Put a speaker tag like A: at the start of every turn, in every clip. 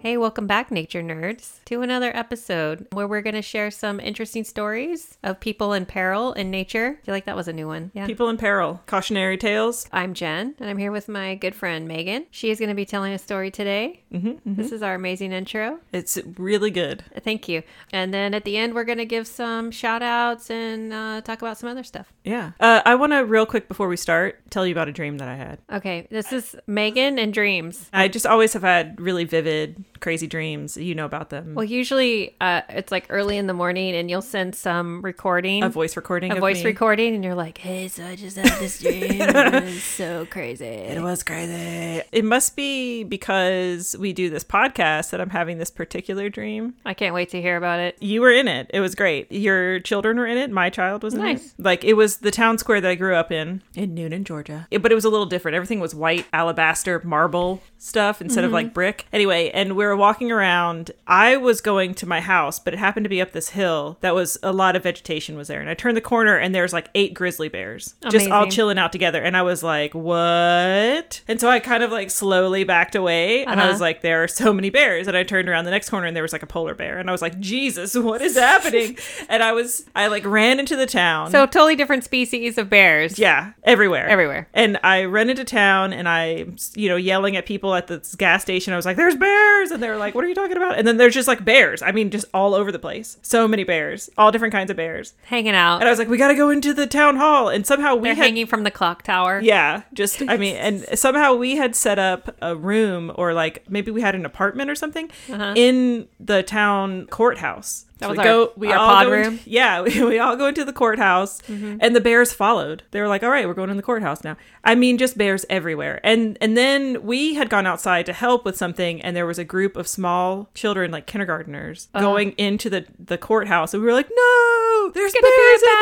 A: Hey, welcome back, nature nerds, to another episode where we're gonna share some interesting stories of people in peril in nature. I feel like that was a new one. Yeah.
B: People in Peril, Cautionary Tales.
A: I'm Jen, and I'm here with my good friend Megan. She is going to be telling a story today. This is our amazing intro.
B: It's really good.
A: Thank you. And then at the end, we're going to give some shout outs and uh, talk about some other stuff.
B: Yeah. Uh, I want to, real quick before we start, tell you about a dream that I had.
A: Okay, this is Megan and dreams.
B: I just always have had really vivid, crazy dreams. You know about them.
A: Well, usually uh, it's like early in the morning, and you'll send some recording,
B: a voice recording.
A: a
B: of
A: voice
B: me.
A: recording, and you're like, hey, so I just had this dream. it was so crazy.
B: It was crazy. It must be because we do this podcast that I'm having this particular dream.
A: I can't wait to hear about it.
B: You were in it. It was great. Your children were in it. My child was in
A: Nice.
B: it. Like it was the town square that I grew up in in Noonan, Georgia. It- but it was a little different. Everything was white alabaster marble stuff instead of like brick. Anyway, and we were walking around. I was going to my house, but it happened to be up this hill that was a lot of vegetation was there. And I turned the corner and there's like eight grizzly bears just all
A: Amazing.
B: chilling out together. And I was like, what? And so I kind of like slowly backed away and I was
A: Uh-huh.
B: like like there are so many bears and i turned around the next corner and there was like a polar bear and i was like jesus what is happening and i was i like ran into the town
A: So, totally different species of bears.
B: yeah everywhere
A: Everywhere.
B: and i ran into town and i you know yelling at people at the gas station i was like there's bears and they were like what are you talking about and then there's just like bears i mean just all over the place so many bears all different kinds of bears
A: Hanging out.
B: and i was like we gotta go into the town hall and somehow we
A: They're
B: had
A: hanging from the clock tower.
B: yeah, just I mean, and somehow we had set up a room or like maybe we had an apartment or something in the town courthouse.
A: Uh-huh. That
B: So
A: was
B: we
A: our- our pod
B: go in-
A: room? Mm-hmm.
B: yeah, we, we all go into the courthouse, and the bears followed. They were like, "All right, we're going in the courthouse now." I mean, just bears everywhere. And and then we had gone outside to help with something, and there was a group of small children, like kindergartners,
A: Uh-huh.
B: going into the the courthouse, and we were like, "No, there's
A: gonna be a
B: bears in there!"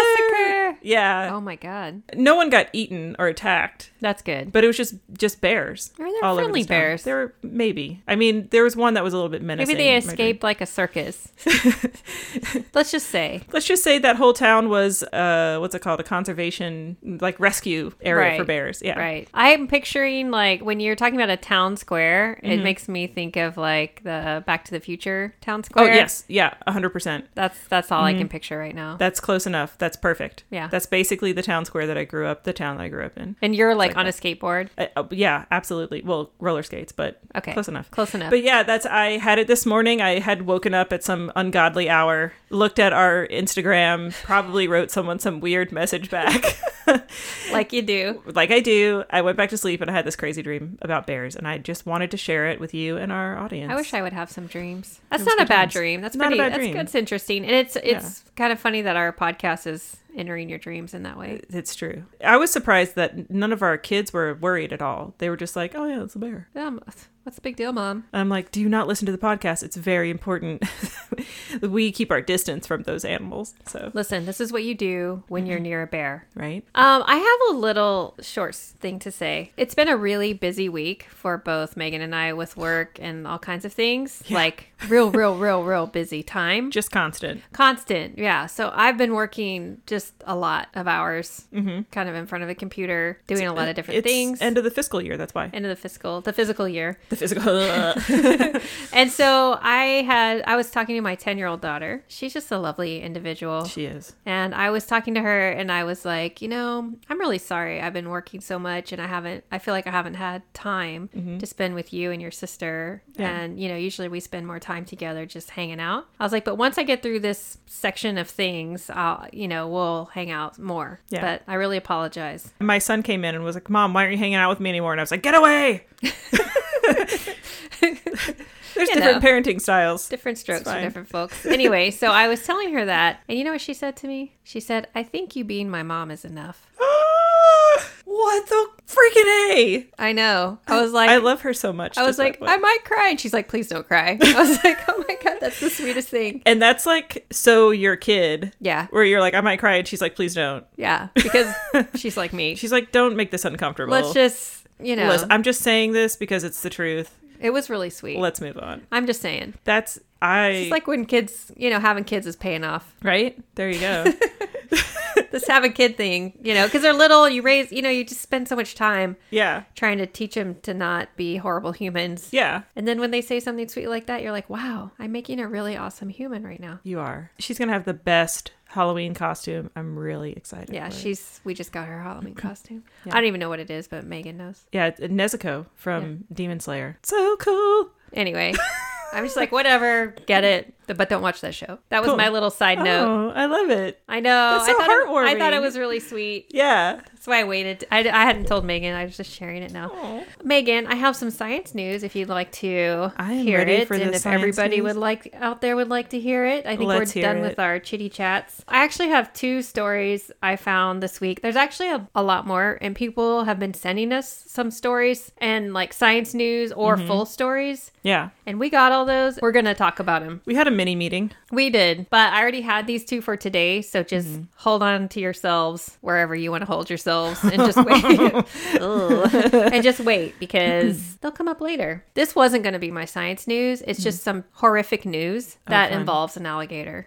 A: massacre.
B: Yeah,
A: Oh my god.
B: no one got eaten or attacked
A: That's good.
B: but it was just just bears.
A: Or they're
B: all over
A: friendly
B: this town.
A: bears.
B: They were maybe. I mean, there was one that was a little bit
A: Maybe
B: menacing.
A: they
B: in my dream.
A: escaped like a circus. Let's just say.
B: Let's just say that whole town was uh, what's it called? A conservation like rescue area
A: Right.
B: for bears. Yeah,
A: Right. I'm picturing like when you're talking about a town square,
B: Mm-hmm.
A: it makes me think of like the Back to the Future town
B: Oh
A: square.
B: yes, yeah, hundred percent.
A: That's that's all I can picture right now.
B: That's close enough. That's perfect.
A: Yeah.
B: that's basically the town square that I grew up. The town that I grew up in.
A: and you're like, on a skateboard.
B: Uh, uh, yeah, absolutely. Well, roller skates, but
A: Okay.
B: close enough.
A: Close enough.
B: But yeah, that's I had it this morning. I had woken up at some ungodly hour, looked at our Instagram, probably wrote someone some weird message back.
A: like you do.
B: like I do. I went back to sleep and I had this crazy dream about bears and I just wanted to share it with you and our audience.
A: I wish I would have some dreams. That's not a bad
B: dreams.
A: dream. That's
B: Not a
A: pretty
B: bad
A: that's
B: dream.
A: that's interesting. And it's it's kind of funny that our podcast is entering your dreams in that way.
B: it's true. I was surprised that none of our kids were worried at all. They were just like, "Oh yeah, it's a bear."
A: Um, what's the big deal, mom?
B: I'm like, "Do you not listen to the podcast? It's very important. we keep our distance from those animals." So,
A: Listen, this is what you do when you're near a bear.
B: right?
A: Um, I have a little short s- thing to say. It's been a really busy week for both Megan and I with work and all kinds of things. Like real, real, real, real busy time.
B: Just constant.
A: Constant, yeah. So I've been working just a lot of hours, kind of in front of a computer, doing a lot of different
B: Mm-hmm. it's
A: things.
B: End of the fiscal year. That's why
A: end of the fiscal, the physical year.
B: the fiscal.
A: And so I had, I was talking to my ten-year-old daughter. She's just a lovely individual.
B: she is.
A: And I was talking to her and I was like, you know, I'm really sorry. I've been working so much and I haven't, I feel like I haven't had time
B: Mm-hmm.
A: to spend with you and your sister. And, you know, usually we spend more time together just hanging out. I was like, but once I get through this section of things, I'll, you know, we'll hang out more.
B: Yeah.
A: But I really apologize.
B: My son came in and was like, "Mom, why aren't you hanging out with me anymore?" And I was like, "Get away." There's
A: You
B: different
A: know.
B: parenting styles.
A: Different strokes for
B: fine.
A: different folks. Anyway, so I was telling her that. And you know what she said to me? She said, I think you being my mom is enough.
B: What the freaking A?
A: I know. I was like,
B: I
A: I,
B: love her so much.
A: was
B: just by
A: like,
B: the way.
A: I might cry, and she's like, please don't cry. I was like, oh my god, that's the sweetest thing.
B: and that's like so your kid.
A: Yeah,
B: Where you're like, I might cry, and she's like, please don't.
A: yeah, because she's like me.
B: She's like, don't make this uncomfortable.
A: Let's just, you know,
B: Liz, I'm just saying this because it's the truth.
A: it was really sweet.
B: Let's move on.
A: I'm just saying,
B: That's I
A: it's like when kids, you know, having kids is paying off.
B: right there. You go.
A: This have a kid thing, you know, because they're little. You raise, you know, you just spend so much time
B: yeah,
A: trying to teach them to not be horrible humans.
B: yeah.
A: And then when they say something sweet like that, you're like, wow, I'm making a really awesome human right now.
B: You are. She's gonna have the best Halloween costume. I'm really excited.
A: Yeah,
B: for it.
A: she's. We just got her Halloween costume. I don't even know what it is, but Megan knows.
B: yeah it's Nezuko from Demon Slayer. So cool.
A: Anyway, I'm just like, whatever, get it, but don't watch that show. That was
B: Cool.
A: my little side note.
B: Oh, I love it.
A: I know.
B: That's so
A: I thought It, I thought
B: heartwarming.
A: it was really sweet.
B: Yeah.
A: That's why I waited. I, I hadn't told Megan. I was just sharing it
B: Oh.
A: now. Megan, I have some science news if you'd like to
B: I am
A: hear
B: ready
A: it,
B: for the
A: and if
B: science
A: everybody
B: news.
A: would like out there would like to hear it. I think
B: Let's
A: we're
B: hear
A: done
B: it.
A: with our chitty chats. I actually have two stories I found this week. There's actually a, a lot more, and people have been sending us some stories and like science news or
B: Mm-hmm.
A: full stories,
B: Yeah.
A: and we got all those. We're gonna talk about them.
B: We had a mini meeting.
A: We did, but I already had these two for today, so just hold on to yourselves wherever you want to hold yourselves and just wait. Ugh. and just wait because they'll come up later. This wasn't going to be my science news. It's just some horrific news that
B: fun.
A: involves an alligator.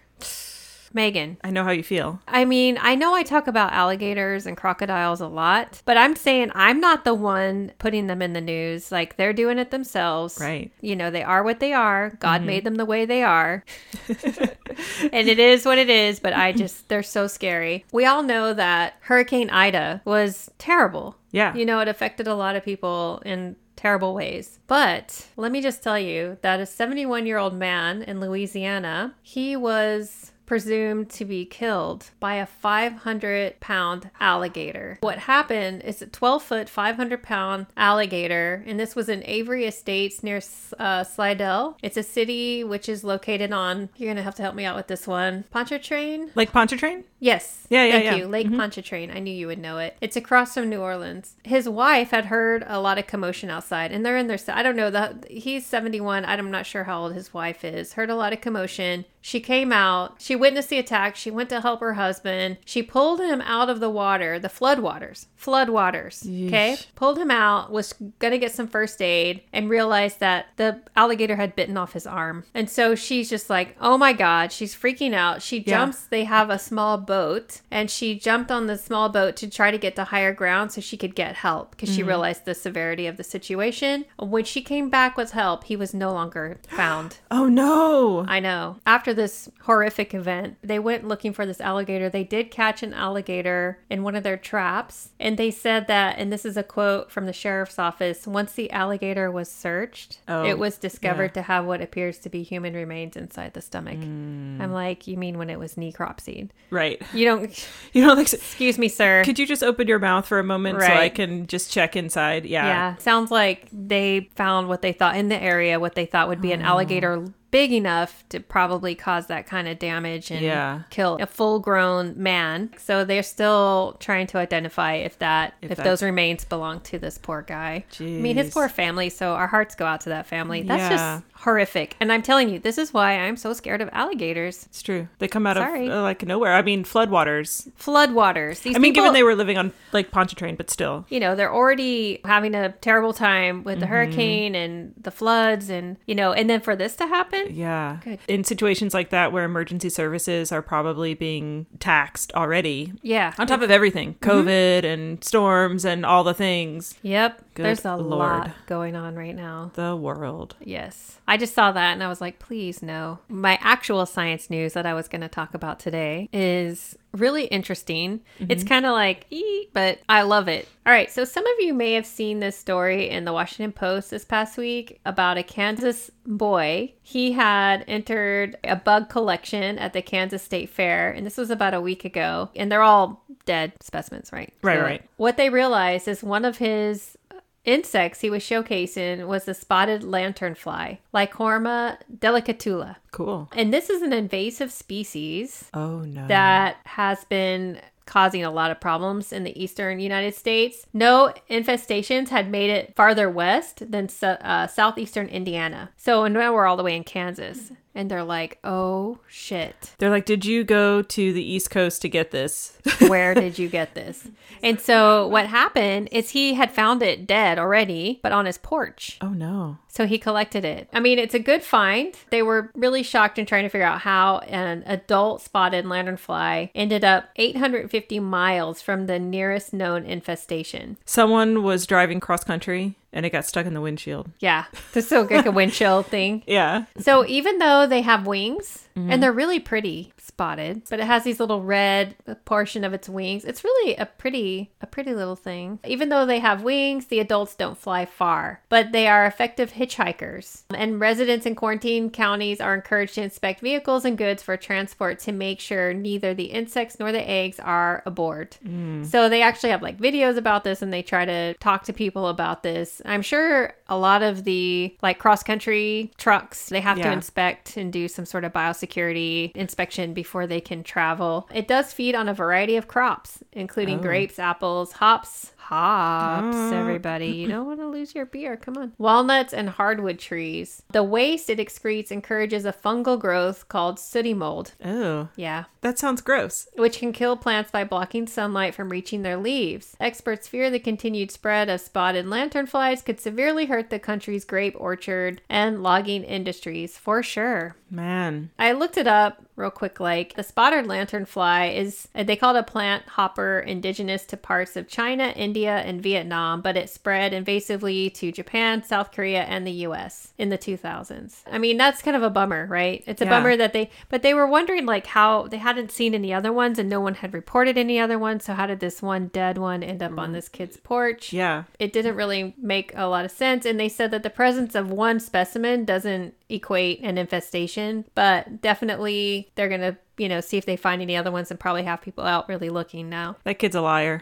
A: Megan,
B: I know how you feel.
A: I mean, I know I talk about alligators and crocodiles a lot, but I'm saying I'm not the one putting them in the news. Like they're doing it themselves.
B: Right.
A: You know, they are what they are. God made them the way they are. and it is what it is, but I just, they're so scary. We all know that Hurricane Ida was terrible.
B: Yeah.
A: You know, it affected a lot of people in terrible ways. But let me just tell you that a 71 year old man in Louisiana, he was presumed to be killed by a 500 pound alligator. What happened is a 12 foot, 500 pound alligator, and this was in Avery Estates near uh, Slidell. It's a city which is located on, you're going to have to help me out with this one, Pontchartrain?
B: Like Pontchartrain?
A: Yes.
B: Yeah, yeah,
A: Thank
B: yeah. Mm-hmm.
A: you. Lake Pontchartrain. I knew you would know it. It's across from New Orleans. His wife had heard a lot of commotion outside, and they're in their. I don't know. The he's seventy one. I'm not sure how old his wife is. Heard a lot of commotion. She came out. She witnessed the attack. She went to help her husband. She pulled him out of the water, the floodwaters, floodwaters. Okay,
B: Yeesh.
A: pulled him out. Was gonna get some first aid and realized that the alligator had bitten off his arm, and so she's just like, "Oh my god!" She's freaking out. She
B: Yeah.
A: jumps they have a small boat and she jumped on the small boat to try to get to higher ground so she could get help because she realized the severity of the situation when she came back with help he was no longer found
B: Oh no.
A: i know after this horrific event they went looking for this alligator they did catch an alligator in one of their traps and they said that and this is a quote from the sheriff's office once the alligator was searched
B: Oh,
A: it was discovered to have what appears to be human remains inside the stomach i'm like you mean when it was necropsied
B: right.
A: you don't.
B: You know, like, so-
A: Excuse me, sir.
B: could you just open your mouth for a moment so I
A: Right.
B: can just check inside? Yeah.
A: yeah, sounds like they found what they thought in the area, what they thought would be an
B: Mm.
A: alligator big enough to probably cause that kind of damage and
B: Yeah.
A: kill a full-grown man. So they're still trying to identify if that if,
B: that's-
A: those remains belong to this poor guy. I mean, his
B: Jeez.
A: poor family. So our hearts go out to that family. That's
B: Yeah.
A: just horrific. And I'm telling you, this is why I'm so scared of alligators.
B: It's true. They come out
A: Sorry.
B: of uh, like nowhere. I mean, floodwaters.
A: Floodwaters. These
B: I mean,
A: people,
B: given they were living on like Pontchartrain, but still.
A: you know they're already having a terrible time with the
B: Mm-hmm.
A: hurricane and the floods and you know and then for this to happen
B: Yeah.
A: Good.
B: In situations like that where emergency services are probably being taxed already.
A: yeah
B: On top of everything,
A: Mm-hmm.
B: COVID and storms and all the things,
A: yep
B: Good
A: there's a lot
B: Lord.
A: going on right now
B: the world.
A: yes i just saw that and i was like please no my actual science news that i was going to talk about today is really interesting
B: Mm-hmm.
A: it's kind of like ee, but i love it all right so some of you may have seen this story in the washington post this past week about a kansas boy he had entered a bug collection at the Kansas State Fair, and this was about a week ago. And they're all dead specimens, right?
B: Right, right.
A: What they realized is one of his insects he was showcasing was the spotted lanternfly, Lycorma delicatula.
B: Cool.
A: And this is an invasive species
B: Oh no.
A: that has been causing a lot of problems in the eastern United States. No infestations had made it farther west than so- uh, southeastern Indiana. So now we're all the way in Kansas. And they're like, oh shit,
B: They're like, did you go to the East Coast to get this?
A: where did you get this? And so what happened is he had found it dead already, but on his porch.
B: oh no.
A: So he collected it. I mean, it's a good find. They were really shocked in trying to figure out how an adult spotted lanternfly ended up 850 miles from the nearest known infestation.
B: Someone was driving cross country and it got stuck in the windshield.
A: Yeah, this is like a wind chill thing.
B: Yeah.
A: So even though they have wings and they're really pretty spotted, but it has these little red portion of its wings. It's really a pretty a pretty little thing. Even though they have wings, the adults don't fly far, but they are effective hitchhikers. And residents in quarantine counties are encouraged to inspect vehicles and goods for transport to make sure neither the insects nor the eggs are aboard. So they actually have like videos about this and they try to talk to people about this. I'm sure a lot of the like cross country trucks, they have to
B: Yeah.
A: inspect and do some sort of biosecurity inspection before they can travel. It does feed on a variety of crops, including grapes, apples, hops. Hops, everybody. You don't want to lose your beer. Come on. Walnuts and hardwood trees. The waste it excretes encourages a fungal growth called sooty mold.
B: Oh,
A: Yeah
B: that sounds gross.
A: which can kill plants by blocking sunlight from reaching their leaves. Experts fear the continued spread of spotted lanternflies could severely hurt the country's grape orchard and logging industries for sure.
B: Man.
A: I looked it up real quick. Like the spotted lanternfly is, they call it a plant hopper indigenous to parts of China, India, and Vietnam, but it spread invasively to Japan, South Korea, and the U.S. in the 2000s. I mean, that's kind of a bummer, right? It's a
B: Yeah.
A: bummer that they, but they were wondering like how they hadn't seen any other ones and no one had reported any other ones. So how did this one dead one end up on this kid's porch?
B: Yeah.
A: it didn't really make a lot of sense. And they said that the presence of one specimen doesn't equate an infestation, but definitely they're going to, you know, see if they find any other ones and probably have people out really looking now.
B: That kid's a liar.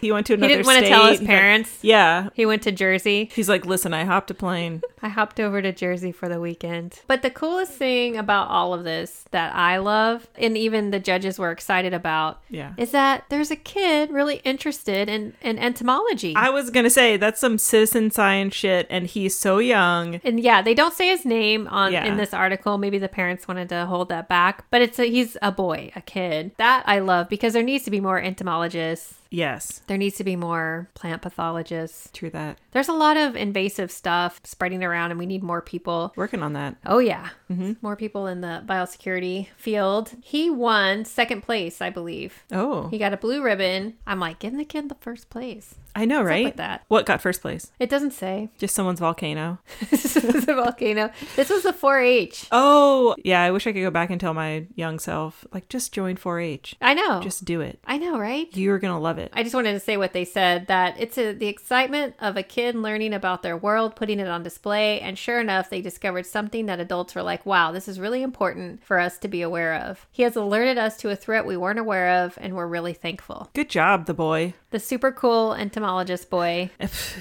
B: he went to
A: He
B: another
A: didn't want to tell his
B: state.
A: parents.
B: Yeah.
A: He went to Jersey.
B: He's like, listen, I hopped a plane.
A: I hopped over to Jersey for the weekend. But the coolest thing about all of this that I love, and even the judges were excited about,
B: Yeah.
A: is that there's a kid really interested in, in entomology.
B: I was going to say, that's some citizen science shit, and he's so young.
A: And yeah, they don't say his name on
B: Yeah.
A: in this article. Maybe the parents wanted to hold that back, but it's a, he's a boy, a kid. That I love because there needs to be more entomologists.
B: Yes.
A: There needs to be more plant pathologists.
B: True that.
A: There's a lot of invasive stuff spreading around, and we need more people.
B: Working on that.
A: Oh yeah,
B: Mm-hmm.
A: more people in the biosecurity field. He won second place, I believe.
B: Oh,
A: He got a blue ribbon. I'm like, give the kid the first place.
B: I know,
A: up
B: right?
A: with that?
B: What got first place?
A: It doesn't say.
B: Just someone's volcano.
A: this is a volcano. This was the 4-H.
B: Oh, yeah. I wish I could go back and tell my young self, like, just join 4 H.
A: I know.
B: Just do it.
A: I know, right?
B: You're going to love it.
A: I just wanted to say what they said that it's a, the excitement of a kid learning about their world, putting it on display, and sure enough, they discovered something that adults were like, wow, this is really important for us to be aware of. He has alerted us to a threat we weren't aware of, and we're really thankful.
B: Good job, the boy
A: The super cool entomologist boy,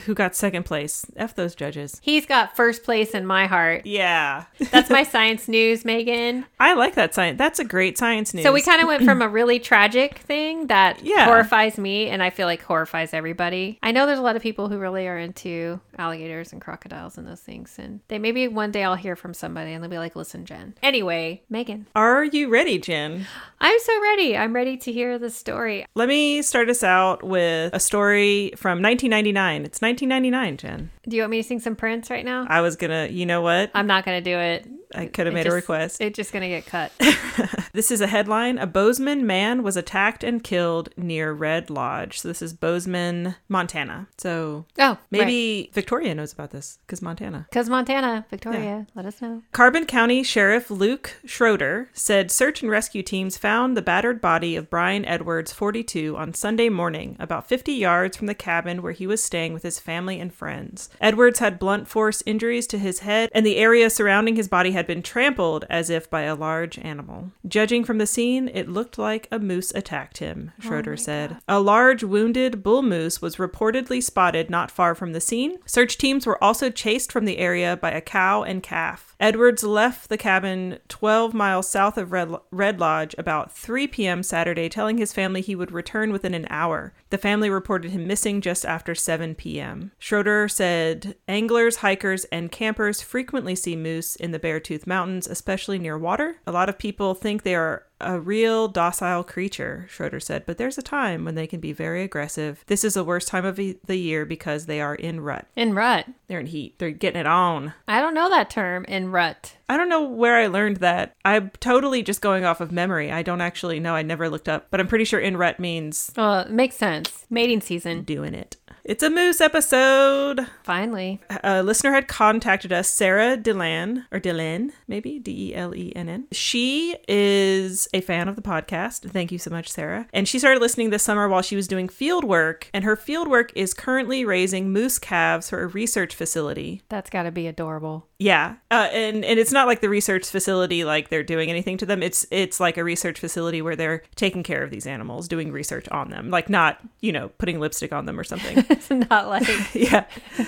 B: who got second place. F those judges.
A: he's got first place in my heart.
B: Yeah.
A: That's my science news, Megan.
B: I like that science. That's a great science news.
A: So we kind of went from a really tragic thing that
B: Yeah.
A: horrifies me and I feel like horrifies everybody. I know there's a lot of people who really are into alligators and crocodiles and those things. And they maybe one day I'll hear from somebody and they'll be like, listen, Jen. Anyway, Megan,
B: Are you ready, Jen?
A: I'm so ready. I'm ready to hear the story.
B: Let me start us out with a story from 1999. It's 1999, Jen.
A: Do you want me to sing some Prince right now?
B: I was going to, you know what?
A: I'm not going to do it.
B: I could have
A: It
B: made a
A: just-
B: request.
A: It's just going to get cut. Oh,
B: This is a headline. A Bozeman man was attacked and killed near Red Lodge. So this is Bozeman, Montana. So
A: Oh,
B: maybe Victoria knows about this because Montana.
A: Because Montana, Victoria, let us know.
B: Carbon County Sheriff Luke Schroeder said search and rescue teams found the battered body of Brian Edwards, 42, on Sunday morning, about 50 yards from the cabin where he was staying with his family and friends. Edwards had blunt force injuries to his head, and the area surrounding his body had been trampled as if by a large animal. Judging from the scene, it looked like a moose attacked him, Schroeder said. A large wounded bull moose was reportedly spotted not far from the scene. Search teams were also chased from the area by a cow and calf. Edwards left the cabin 12 miles south of Red, Red Lodge about 3 p.m. Saturday, telling his family he would return within an hour. The family reported him missing just after 7 p.m. Schroeder said anglers, hikers, and campers frequently see moose in the Beartooth Mountains, especially near water. A lot of people think they are a real docile creature, Schroeder said, but there's a time when they can be very aggressive. This is the worst time of the year because they are in rut.
A: In rut.
B: They're in heat. They're getting it on.
A: I don't know that term, in rut.
B: I don't know where I learned that. I'm totally just going off of memory. I don't actually know. I never looked up, but I'm pretty sure in rut means
A: Well, it makes sense. Mating season.
B: doing it. It's a moose episode.
A: Finally.
B: A listener had contacted us, Sarah Delan, or Delan, maybe D E L E N N. She is a fan of the podcast. Thank you so much, Sarah. And she started listening this summer while she was doing field work, and her field work is currently raising moose calves for a research facility.
A: That's got to be adorable.
B: Yeah, uh, and and it's not like the research facility like they're doing anything to them. It's it's like a research facility where they're taking care of these animals, doing research on them, like not you know putting lipstick on them or something.
A: It's not like
B: yeah,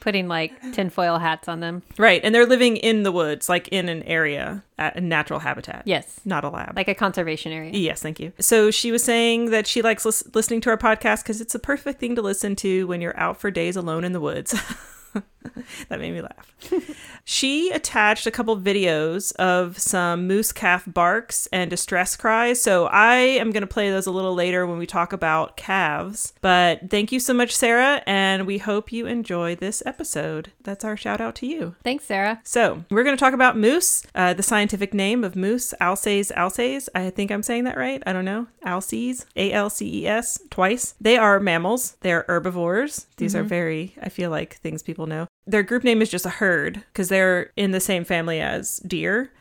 A: putting like tinfoil hats on them.
B: right. And they're living in the woods, like in an area, a a natural habitat.
A: Yes.
B: not a lab.
A: Like a conservation area.
B: Yes, thank you. So she was saying that she likes lis- listening to our podcast because it's a perfect thing to listen to when you're out for days alone in the woods. that made me laugh. she attached a couple videos of some moose calf barks and distress cries. So I am going to play those a little later when we talk about calves. But thank you so much, Sarah, and we hope you enjoy this episode. That's our shout out to you.
A: Thanks, Sarah.
B: So, we're going to talk about moose, uh, the scientific name of moose, Alces alces. I think I'm saying that right. I don't know. Alces, A L C E S, twice. They are mammals. They're herbivores. These are very, I feel like, things people know. Their group name is just a herd because they're in the same family as deer,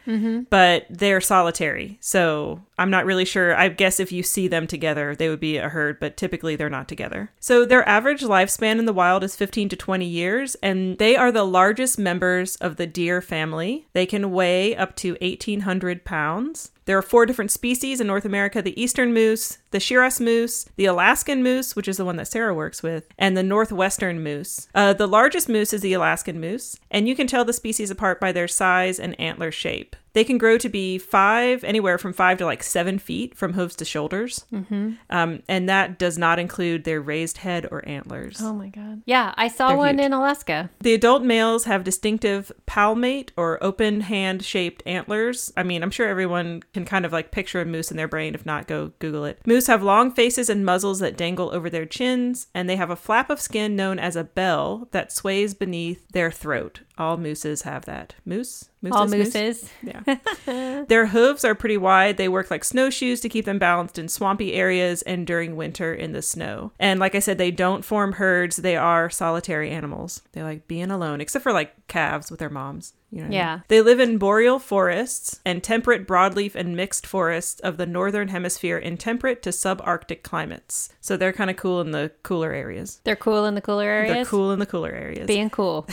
B: but they're solitary. So, I'm not really sure. I guess if you see them together, they would be a herd, but typically they're not together. So their average lifespan in the wild is 15 to 20 years, and they are the largest members of the deer family. They can weigh up to 1,800 pounds. There are four different species in North America the eastern moose, the Shiras moose, the Alaskan moose, which is the one that Sarah works with, and the northwestern moose. Uh, the largest moose is the Alaskan moose, and you can tell the species apart by their size and antler shape. They can grow to be five, anywhere from five to like seven feet from hooves to shoulders. Mm-hmm. Um, and that does not include their raised head or antlers.
A: Oh my God. Yeah, I saw one in Alaska.
B: The adult males have distinctive palmate or open hand shaped antlers. I mean, I'm sure everyone can kind of like picture a moose in their brain. If not, go Google it. Moose have long faces and muzzles that dangle over their chins, and they have a flap of skin known as a bell that sways beneath their throat. All mooses have that. Moose? Moose
A: All
B: is moose?
A: mooses.
B: Yeah. Their hooves are pretty wide. They work like snowshoes to keep them balanced in swampy areas and during winter in the snow. And like I said, they don't form herds. They are solitary animals. They like being alone, except for like calves with their moms. You know what I mean?
A: Yeah.
B: They live in boreal forests and temperate broadleaf and mixed forests of the northern hemisphere in temperate to subarctic climates. So they're kind of cool in the cooler areas.
A: They're cool in the cooler areas.
B: They're cool in the cooler areas.
A: Being cool.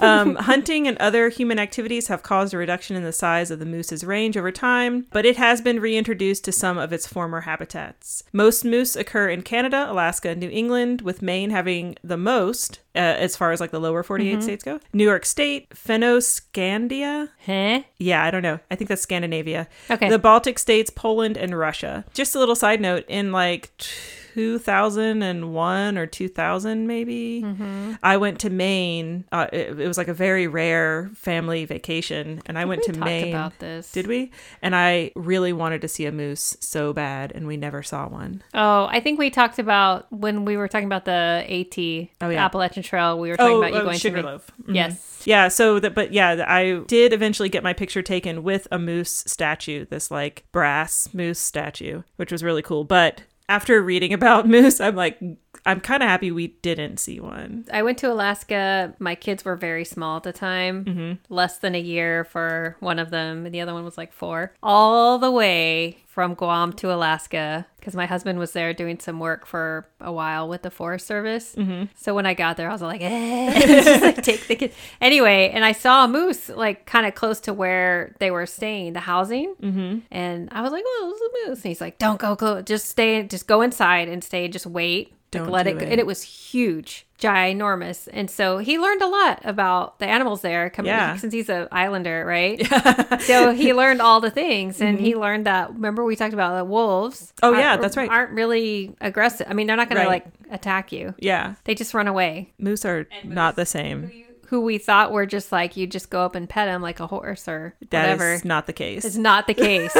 B: Um, hunting and other human activities have caused a reduction in the size of the moose's range over time, but it has been reintroduced to some of its former habitats. Most moose occur in Canada, Alaska, and New England, with Maine having the most. Uh, as far as like the lower 48 states go, New York State, Fennoscandia,
A: huh?
B: yeah, I don't know. I think that's Scandinavia.
A: Okay.
B: The Baltic states, Poland, and Russia. Just a little side note in like 2001 or 2000, maybe,
A: Mm-hmm.
B: I went to Maine. Uh, it, it was like a very rare family vacation, and I went
A: We
B: to
A: talked
B: Maine.
A: about this.
B: Did we? And I really wanted to see a moose so bad, and we never saw one.
A: Oh, I think we talked about when we were talking about the AT,
B: Oh,
A: the
B: yeah.
A: Appalachian Trail. We were talking about you going to Maine.
B: Oh, Sugarloaf. Mhm.
A: Yes.
B: Yeah, so that but yeah, th- I did eventually get my picture taken with a moose statue, this like brass moose statue, which was really cool. But after reading about moose, I'm like I'm kind of happy we didn't see one.
A: I went to Alaska. My kids were very small at the time, less than a year for one of them, and the other one was like four. All the way from Guam to Alaska because my husband was there doing some work for a while with the Forest Service. Mm-hmm. So when I got there, I was like, eh. Just, like, take the kid. Anyway, and I saw a moose like kind of close to where they were staying, the housing, mm-hmm. and I was like, oh, there's a moose. And he's like, don't go close, just stay, just go inside and stay, just wait. Like,
B: Don't
A: let
B: do
A: it, go.
B: it.
A: and it was huge, ginormous, and so he learned a lot about the animals there. Coming
B: Yeah.
A: since he's an islander, right? so he learned all the things and he learned that remember we talked about the wolves
B: Mm-hmm. Oh,
A: aren't-
B: yeah, that's right.
A: aren't really aggressive i mean they're not gonna
B: Right.
A: like attack you
B: yeah.
A: they just run away
B: Moose are not the same.
A: who we thought were just like you just go up and pet them like a horse or
B: That is
A: whatever
B: not the case.
A: is not the case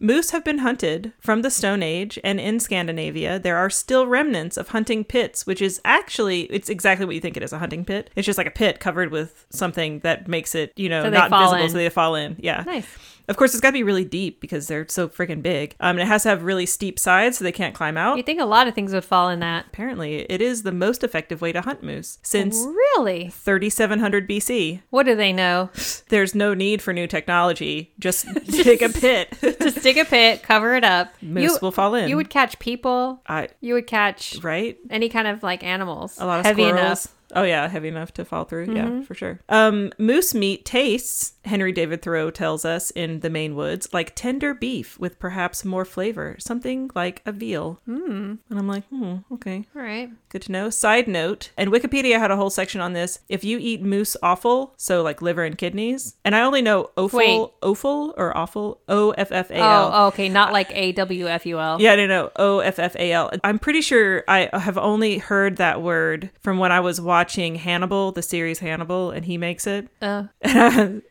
B: Moose have been hunted from the Stone Age, and in Scandinavia, there are still remnants of hunting pits, which is actually, it's exactly what you think it is a hunting pit. It's just like a pit covered with something that makes it, you know,
A: So they
B: not
A: fall
B: visible
A: in.
B: so they fall in. Yeah.
A: nice
B: Of course, it's got to be really deep because they're so freaking big. Um, and it has to have really steep sides so they can't climb out.
A: you think a lot of things would fall in that
B: Apparently, it is the most effective way to hunt moose since
A: really
B: 3700 BC.
A: what do they know
B: There's no need for new technology. Just dig a pit.
A: just dig a pit cover it up
B: Moose will fall in.
A: you would catch people
B: I,
A: you would catch
B: right?
A: any kind of like animals
B: a lot of
A: heavy
B: squirrels.
A: enough Mm-hmm.
B: Oh yeah, heavy enough to fall through. Yeah, for sure. Um, moose meat tastes, Henry David Thoreau tells us in The Maine Woods, like tender beef with perhaps more flavor, something like a veal. Mm. And I'm like, hmm, okay,
A: all right
B: good to know. Side note, and Wikipedia had a whole section on this. If you eat moose offal, so like liver and kidneys, and I only know offal,
A: Wait.
B: offal or offal, O F F A L.
A: Oh, okay. Not like A W F U L.
B: Yeah, no, no. O F F A L. I'm pretty sure I have only heard that word from when I was watching Hannibal, the series Hannibal, and he makes it.
A: Uh,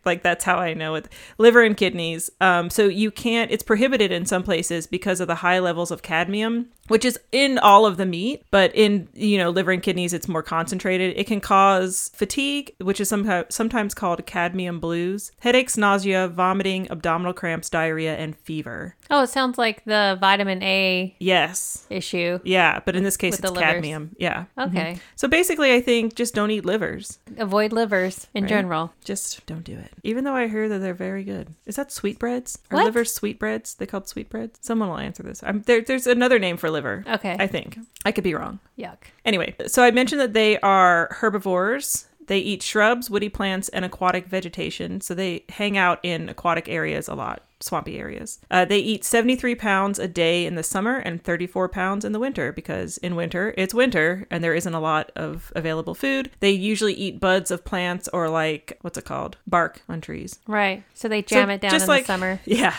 B: like that's how I know it. Liver and kidneys. Um, so you can't. It's prohibited in some places because of the high levels of cadmium, which is in all of the meat, but in you know liver and kidneys, it's more concentrated. It can cause fatigue, which is somehow sometimes called cadmium blues, headaches, nausea, vomiting, abdominal cramps, diarrhea, and fever.
A: oh, it sounds like the vitamin A
B: Yes.
A: issue.
B: Yeah, Mm-hmm. but in this case,
A: with the
B: it's
A: livers.
B: cadmium. Yeah.
A: Okay.
B: So basically, I think just don't eat livers.
A: Avoid livers in general.
B: Just don't do it. Even though I hear that they're very good. Is that sweetbreads? Are
A: What?
B: livers sweetbreads? They called sweetbreads? Someone will answer this. I'm, there, there's another name for liver.
A: Okay.
B: I think. I could be wrong.
A: Yuck.
B: Anyway, so I mentioned that they are herbivores. They eat shrubs, woody plants, and aquatic vegetation. So they hang out in aquatic areas a lot, swampy areas. Uh, they eat 73 pounds a day in the summer and 34 pounds in the winter because in winter, it's winter and there isn't a lot of available food. They usually eat buds of plants or like, what's it called? Bark on trees.
A: Right. So they
B: So
A: jam it down in
B: like,
A: the summer. Mm-hmm.
B: Yeah.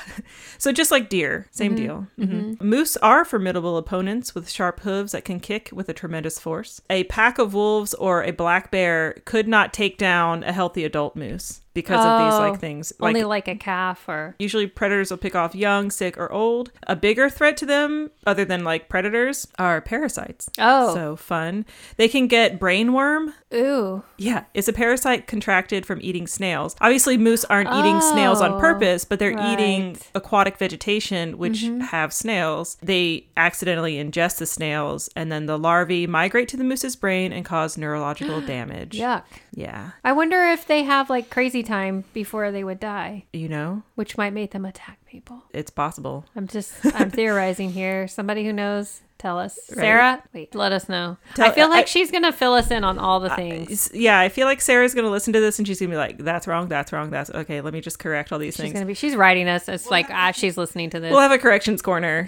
B: So just like deer, same deal. hmm Moose are formidable opponents with sharp hooves that can kick with a tremendous force. A pack of wolves or a black bear could not take down a healthy adult moose because of these
A: Oh,
B: like things. Like
A: Only like a calf or
B: usually predators will pick off young, sick, or old. A bigger threat to them, other than like predators, are parasites.
A: Oh.
B: So fun. They can get brainworm,
A: ooh.
B: yeah, it's a parasite contracted from eating snails. Obviously, moose aren't eating snails on
A: Oh,
B: purpose, but they're eating
A: right. Mm-hmm.
B: aquatic vegetation, which have snails. They accidentally ingest the snails, and then the larvae migrate to the moose's brain and cause neurological damage.
A: Yuck.
B: Yeah.
A: I wonder if they have like crazy time before they would die,
B: You know,
A: which might make them attack people.
B: it's possible.
A: I'm just I'm theorizing here. Somebody who knows, tell us. Sarah, wait, let us know. I
B: Tell-
A: feel like
B: I-
A: she's gonna fill us in on all the things.
B: It's- yeah, I feel like Sarah's going to listen to this and she's going to be like, that's wrong, that's wrong, that's okay, let me just correct all these
A: she's
B: things.
A: gonna be she's writing us. It's like ah, she's listening to this
B: We'll have a corrections corner.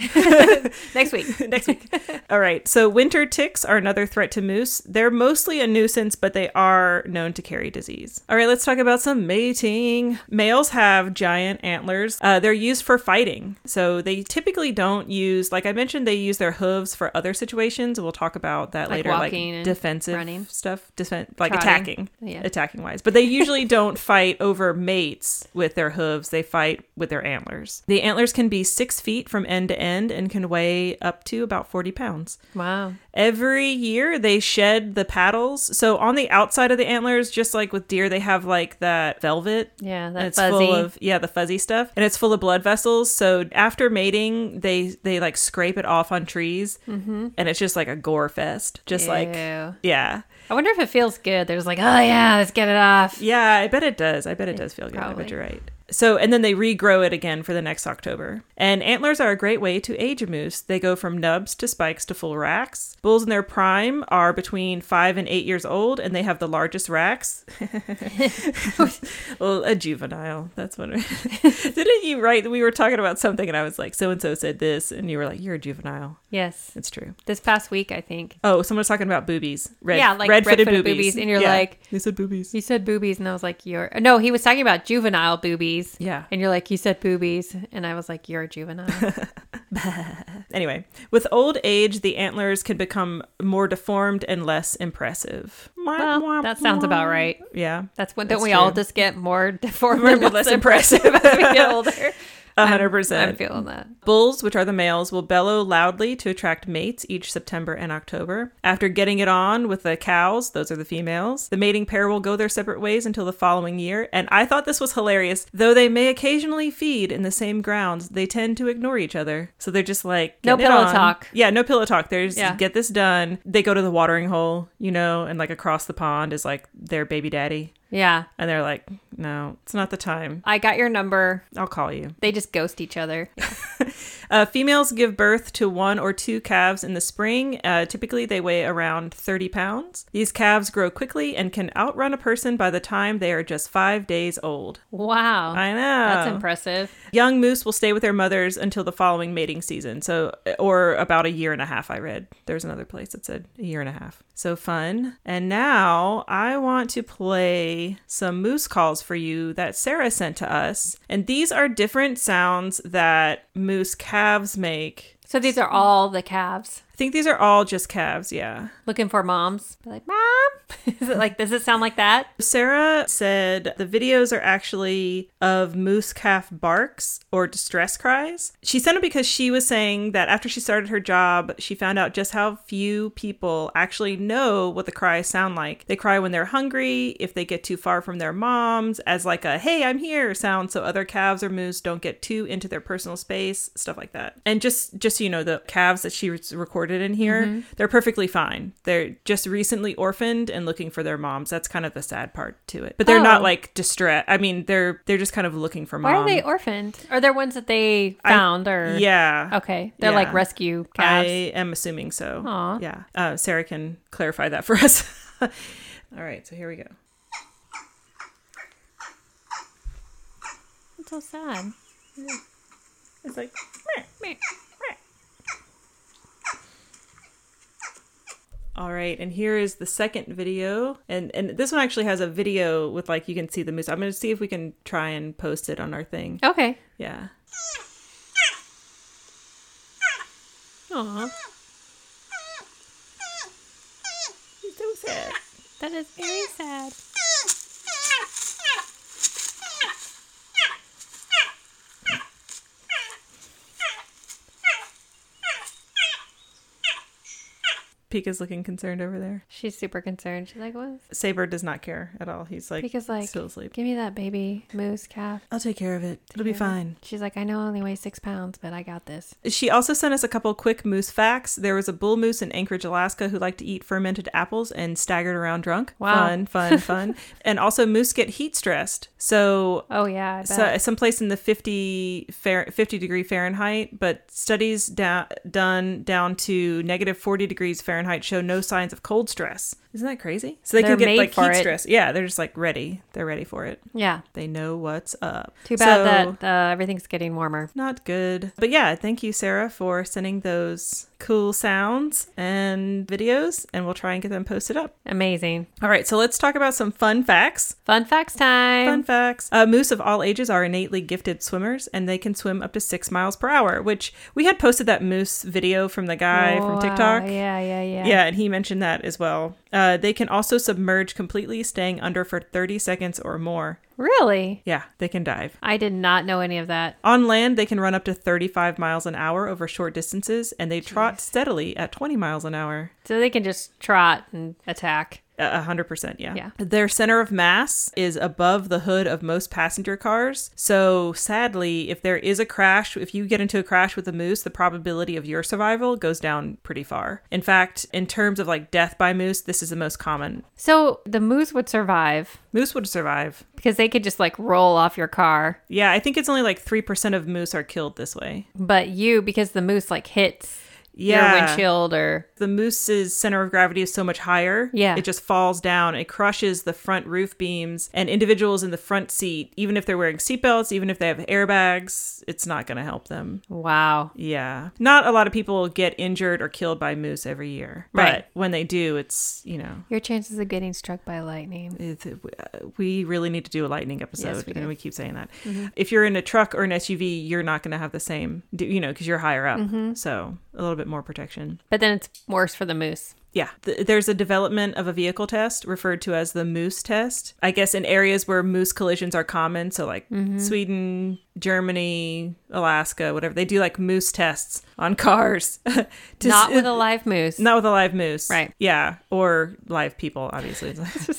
A: next week.
B: next week. All right. So winter ticks are another threat to moose. They're mostly a nuisance, but they are known to carry disease. All right. Let's talk about some mating. Males have giant antlers. Uh, they're used for fighting. So they typically don't use, like I mentioned, they use their hooves for other situations. We'll talk about that
A: Like
B: later,
A: walking and
B: like defensive
A: running.
B: stuff, defen- like
A: Trotting.
B: attacking,
A: Yeah.
B: attacking wise. But they usually don't fight over mates with their hooves. They fight with their antlers. The antlers can be six feet from end to end and can weigh up to about 40 pounds.
A: Wow.
B: Every year they shed the paddles. So on the outside of the antlers, just like with deer, they have like that velvet.
A: Yeah,
B: And
A: that
B: it's
A: fuzzy.
B: full of yeah the fuzzy stuff and it's full of blood vessels so after mating they they like scrape it off on trees
A: Mm-hmm.
B: and it's just like a gore fest just like
A: Ew.
B: yeah
A: I wonder if it feels good. They're just like, oh yeah, let's get it off.
B: yeah, I bet it does. I bet it does feel good. I
A: Probably.
B: bet you're right. So, and then they regrow it again for the next October. And antlers are a great way to age a moose. They go from nubs to spikes to full racks. Bulls in their prime are between five and eight years old, and they have the largest racks. well, a juvenile. That's what. Didn't you write? We were talking about something, and I was like, so and so said this, and you were like, you're a juvenile.
A: Yes.
B: It's true.
A: This past week, I think.
B: Oh, someone's talking about boobies. Red,
A: Yeah, like
B: red-footed
A: red-footed boobies, and you're like-
B: they said boobies.
A: He said boobies, and I was like, "You're no." He was talking about juvenile boobies.
B: Yeah.
A: and you're like, "He said boobies," and I was like, "You're a juvenile."
B: Anyway, with old age, the antlers can become more deformed and less impressive.
A: well, that sounds about right.
B: Yeah,
A: That's when
B: That's
A: don't we
B: true.
A: all just get more deformed and
B: Less
A: less impressive as we get older?
B: a hundred
A: I'm
B: percent.
A: feeling that.
B: Bulls, which are the males, will bellow loudly to attract mates each September and October. After getting it on with the cows, those are the females, the mating pair will go their separate ways until the following year. And I thought this was hilarious. Though they may occasionally feed in the same grounds, they tend to ignore each other. So they're just like,
A: No
B: getting it
A: pillow
B: on.
A: talk.
B: Yeah, no pillow talk. There's
A: Yeah.
B: get this done. They go to the watering hole, you know, and like across the pond is like their baby daddy.
A: Yeah,
B: And they're like, no, it's not the time.
A: I got your number.
B: I'll call you.
A: They just ghost each other.
B: Uh, females give birth to one or two calves in the spring. Uh, typically, they weigh around 30 pounds. These calves grow quickly and can outrun a person by the time they are just five days old.
A: Wow,
B: I know.
A: that's impressive.
B: Young moose will stay with their mothers until the following mating season, so uh, or about a year and a half. I read there's another place that said a year and a half. So fun. And now I want to play some moose calls for you that Sarah sent to us, and these are different sounds that moose calves make.
A: So these are all the calves
B: I think these are all just calves. Yeah.
A: looking for moms. They're like, mom, is it like? Does it sound like that?
B: Sarah said the videos are actually of moose calf barks or distress cries. She sent it because she was saying that after she started her job, she found out just how few people actually know what the cries sound like. They cry when they're hungry, if they get too far from their moms, as like a hey, I'm here sound so other calves or moose don't get too into their personal space, stuff like that. And just just so you know the calves that she was recorded in here,
A: Mm-hmm.
B: they're perfectly fine. They're just recently orphaned and looking for their moms. That's kind of the sad part to it. But they're not
A: Oh.
B: like distressed. I mean, they're they're just kind of looking for mom.
A: Why are they orphaned? Are there ones that they
B: I-
A: found or?
B: Yeah.
A: Okay, they're
B: Yeah.
A: like rescue
B: I
A: Oh, calves.
B: am assuming so.
A: Aw.
B: Yeah. Uh, Sarah can clarify that for us. All right, so here we go.
A: That's so sad.
B: It's like meh. All right, and here is the second video, and and this one actually has a video with like you can see the moose. I'm gonna see if we can try and post it on our thing.
A: Okay.
B: Yeah,
A: Aw,
B: it's so sad.
A: that is very sad.
B: Pika's looking concerned over there.
A: She's super concerned. She's like, what?
B: Saber does not care at all. He's like
A: Because like,
B: still asleep.
A: give me that baby moose calf.
B: I'll take care of it. It'll be fine.
A: She's like, I know I only weigh six pounds, but I got this.
B: She also sent us a couple quick moose facts. There was a bull moose in Anchorage, Alaska, who liked to eat fermented apples and staggered around drunk.
A: Wow.
B: Fun, fun, fun. and also, moose get heat stressed. So,
A: Oh yeah, I bet.
B: so someplace in the 50, Fahr 50 degree Fahrenheit, but studies da- done down to negative 40 degrees Fahrenheit show no signs of cold stress. Isn't that crazy? So they
A: They're
B: can get
A: made
B: like
A: for
B: heat
A: it.
B: stress. Yeah, they're just like ready. They're ready for it.
A: yeah.
B: They know what's up.
A: Too bad
B: So-
A: that uh, everything's getting warmer.
B: not good. But yeah, thank you, Sarah, for sending those cool sounds and videos, and we'll try and get them posted up.
A: Amazing.
B: All right, so let's talk about some fun facts.
A: Fun facts time.
B: Fun facts. Uh, moose of all ages are innately gifted swimmers, and they can swim up to six miles per hour, which we had posted that moose video from the guy from
A: Wow,
B: TikTok.
A: Yeah, yeah, yeah.
B: Yeah, and he mentioned that as well. Uh, they can also submerge completely, staying under for 30 seconds or more.
A: Really?
B: Yeah, they can dive.
A: I did not know any of that.
B: On land, they can run up to 35 miles an hour over short distances, and they trot steadily at 20 miles an hour.
A: So they can just trot and attack.
B: A hundred percent, yeah.
A: Yeah.
B: Their center of mass is above the hood of most passenger cars. So sadly, if there is a crash, if you get into a crash with a moose, the probability of your survival goes down pretty far. In fact, in terms of like death by moose, this is the most common.
A: So the moose would survive
B: Moose would survive.
A: because they could just like roll off your car,
B: Yeah, I think it's only like three percent of moose are killed this way.
A: but you because the moose like hits
B: Yeah,
A: your windshield or
B: the moose's center of gravity is so much higher.
A: Yeah.
B: It just falls down. It crushes the front roof beams and individuals in the front seat, even if they're wearing seatbelts, even if they have airbags, it's not going to help them.
A: wow.
B: Yeah. Not a lot of people get injured or killed by moose every year.
A: Right.
B: But when they do, it's, you know,
A: Your chances of getting struck by lightning.
B: it's, uh, we really need to do a lightning episode.
A: we do. Mm-hmm.
B: and we keep saying that. If you're in a truck or an SUV, you're not going to have the same, do- you know, because you're higher up.
A: Mm-hmm.
B: So a little bit more protection.
A: But then it's worse for the moose.
B: Yeah, Th- there's a development of a vehicle test referred to as the moose test. I guess in areas where moose collisions are common, so like
A: Mm-hmm.
B: Sweden, Germany, Alaska, whatever, they do like moose tests on cars. to
A: Not
B: s-
A: with a live moose.
B: not with a live moose.
A: Right.
B: Yeah. Or live people, obviously.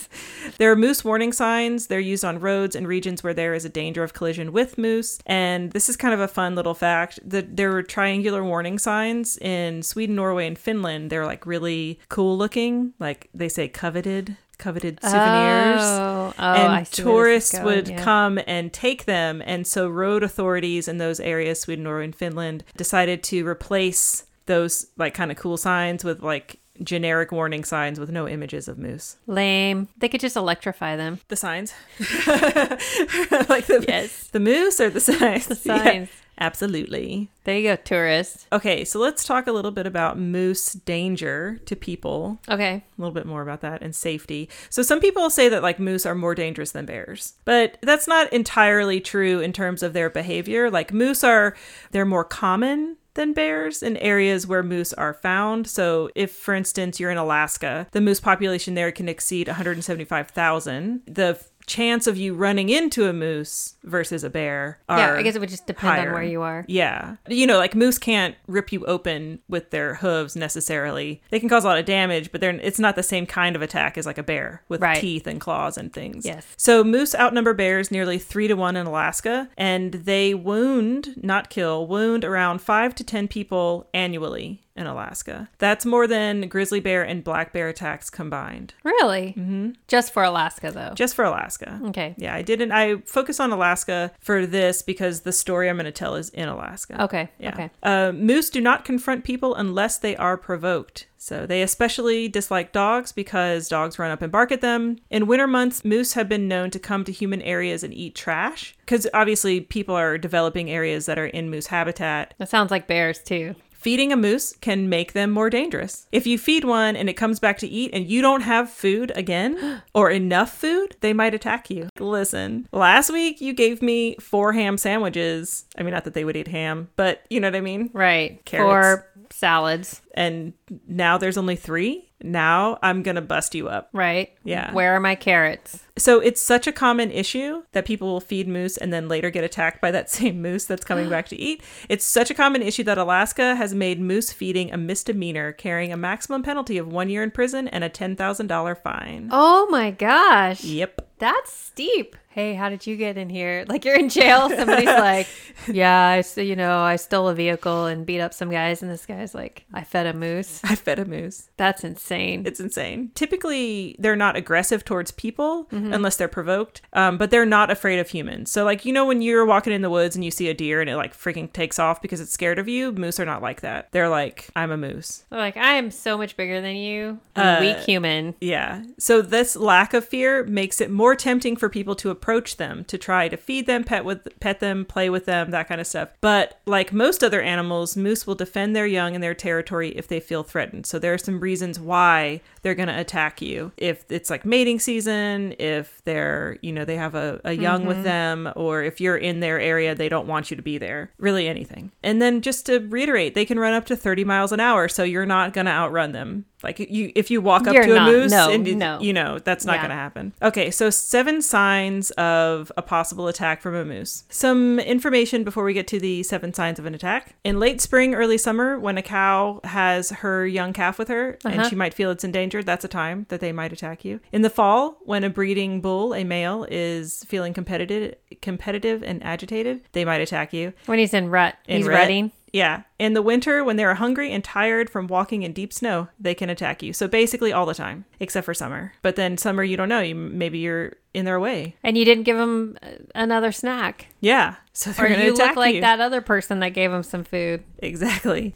B: there are moose warning signs. They're used on roads in regions where there is a danger of collision with moose. And this is kind of a fun little fact that there were triangular warning signs in Sweden, Norway, and Finland. They're like really cool looking. Like they say coveted, coveted souvenirs
A: Oh, oh,
B: and
A: I see where this is
B: tourists
A: going,
B: would
A: yeah.
B: come and take them. And so road authorities in those areas, Sweden, Norway, and Finland, decided to replace those like kind of cool signs with like generic warning signs with no images of moose.
A: Lame. They could just electrify them.
B: The signs, like the
A: Yes.
B: the moose or the signs. The
A: signs.
B: absolutely.
A: There you go, tourists.
B: Okay, so let's talk a little bit about moose danger to people.
A: Okay.
B: a little bit more about that and safety. So some people say that like moose are more dangerous than bears, but that's not entirely true in terms of their behavior. Like moose are they're more common than bears in areas where moose are found. So if for instance you're in Alaska, the moose population there can exceed 175,000. The f- chance of you running into a moose versus a bear are
A: Yeah, I guess it would just depend on
B: higher.
A: where you are.
B: yeah. You know, like moose can't rip you open with their hooves necessarily. They can cause a lot of damage, but they're it's not the same kind of attack as like a bear with
A: Right.
B: teeth and claws and things.
A: Yes.
B: So moose outnumber bears nearly 3 to 1 in Alaska and they wound, not kill, wound around 5 to 10 people annually in Alaska. That's more than grizzly bear and black bear attacks combined.
A: Really? Mm-hmm. Just for Alaska, though.
B: Just for Alaska.
A: okay.
B: Yeah, I didn't I focus on Alaska for this because the story I'm going to tell is in Alaska.
A: Okay.
B: Yeah.
A: Okay.
B: Uh, moose do not confront people unless they are provoked. So they especially dislike dogs because dogs run up and bark at them. In winter months, moose have been known to come to human areas and eat trash because obviously people are developing areas that are in moose habitat.
A: That sounds like bears, too.
B: Feeding a moose can make them more dangerous. If you feed one and it comes back to eat and you don't have food again or enough food, they might attack you. Listen, last week you gave me four ham sandwiches. I mean, not that they would eat ham, but you know what I mean?
A: Right.
B: Carrots.
A: For salads.
B: and now there's only three. Now I'm gonna bust you up.
A: Right.
B: Yeah.
A: Where are my carrots?
B: So it's such a common issue that people will feed moose and then later get attacked by that same moose that's coming back to eat. It's such a common issue that Alaska has made moose feeding a misdemeanor, carrying a maximum penalty of one year in prison and a ten thousand dollar fine.
A: Oh my gosh.
B: Yep.
A: That's steep. Hey, how did you get in here? Like you're in jail. Somebody's like, yeah, I, s- you know, I stole a vehicle and beat up some guys, and this guy's like, I fed a moose.
B: I fed a moose.
A: That's insane.
B: It's insane. Typically, they're not aggressive towards people unless they're provoked, um, but they're not afraid of humans. So, like, you know, when you're walking in the woods and you see a deer and it like freaking takes off because it's scared of you, moose are not like that. They're like, I'm a moose.
A: They're like, I am so much bigger than you, you
B: Uh,
A: weak human.
B: Yeah. So, this lack of fear makes it more tempting for people to approach them, to try to feed them, pet with pet them, play with them, that kind of stuff. But like most other animals, moose will defend their young and their territory if they feel threatened. So, there are some reasons why they're going to attack you. If it's like mating season, if they're, you know, they have a, a young with them, or if you're in their area, they don't want you to be there. Really anything. And then just to reiterate, they can run up to 30 miles an hour, so you're not going to outrun them. Like you, if you walk up
A: You're
B: to
A: not.
B: a moose,
A: No,
B: and you,
A: no.
B: you know that's not
A: Yeah.
B: going to happen. Okay, so seven signs of a possible attack from a moose. Some information before we get to the seven signs of an attack. In late spring, early summer, when a cow has her young calf with her and
A: Uh-huh.
B: she might feel it's endangered, that's a time that they might attack you. In the fall, when a breeding bull, a male, is feeling competitive, competitive and agitated, they might attack you
A: When he's in rut,
B: in
A: he's
B: rut.
A: rutting.
B: Yeah. In the winter, when they're hungry and tired from walking in deep snow, they can attack you. So basically all the time, except for summer. But then summer, you don't know. You maybe you're in their way.
A: And you didn't give him uh, another snack.
B: Yeah. So they're
A: Or
B: going to
A: you
B: attack
A: look like
B: you.
A: that other person that gave him some food.
B: Exactly.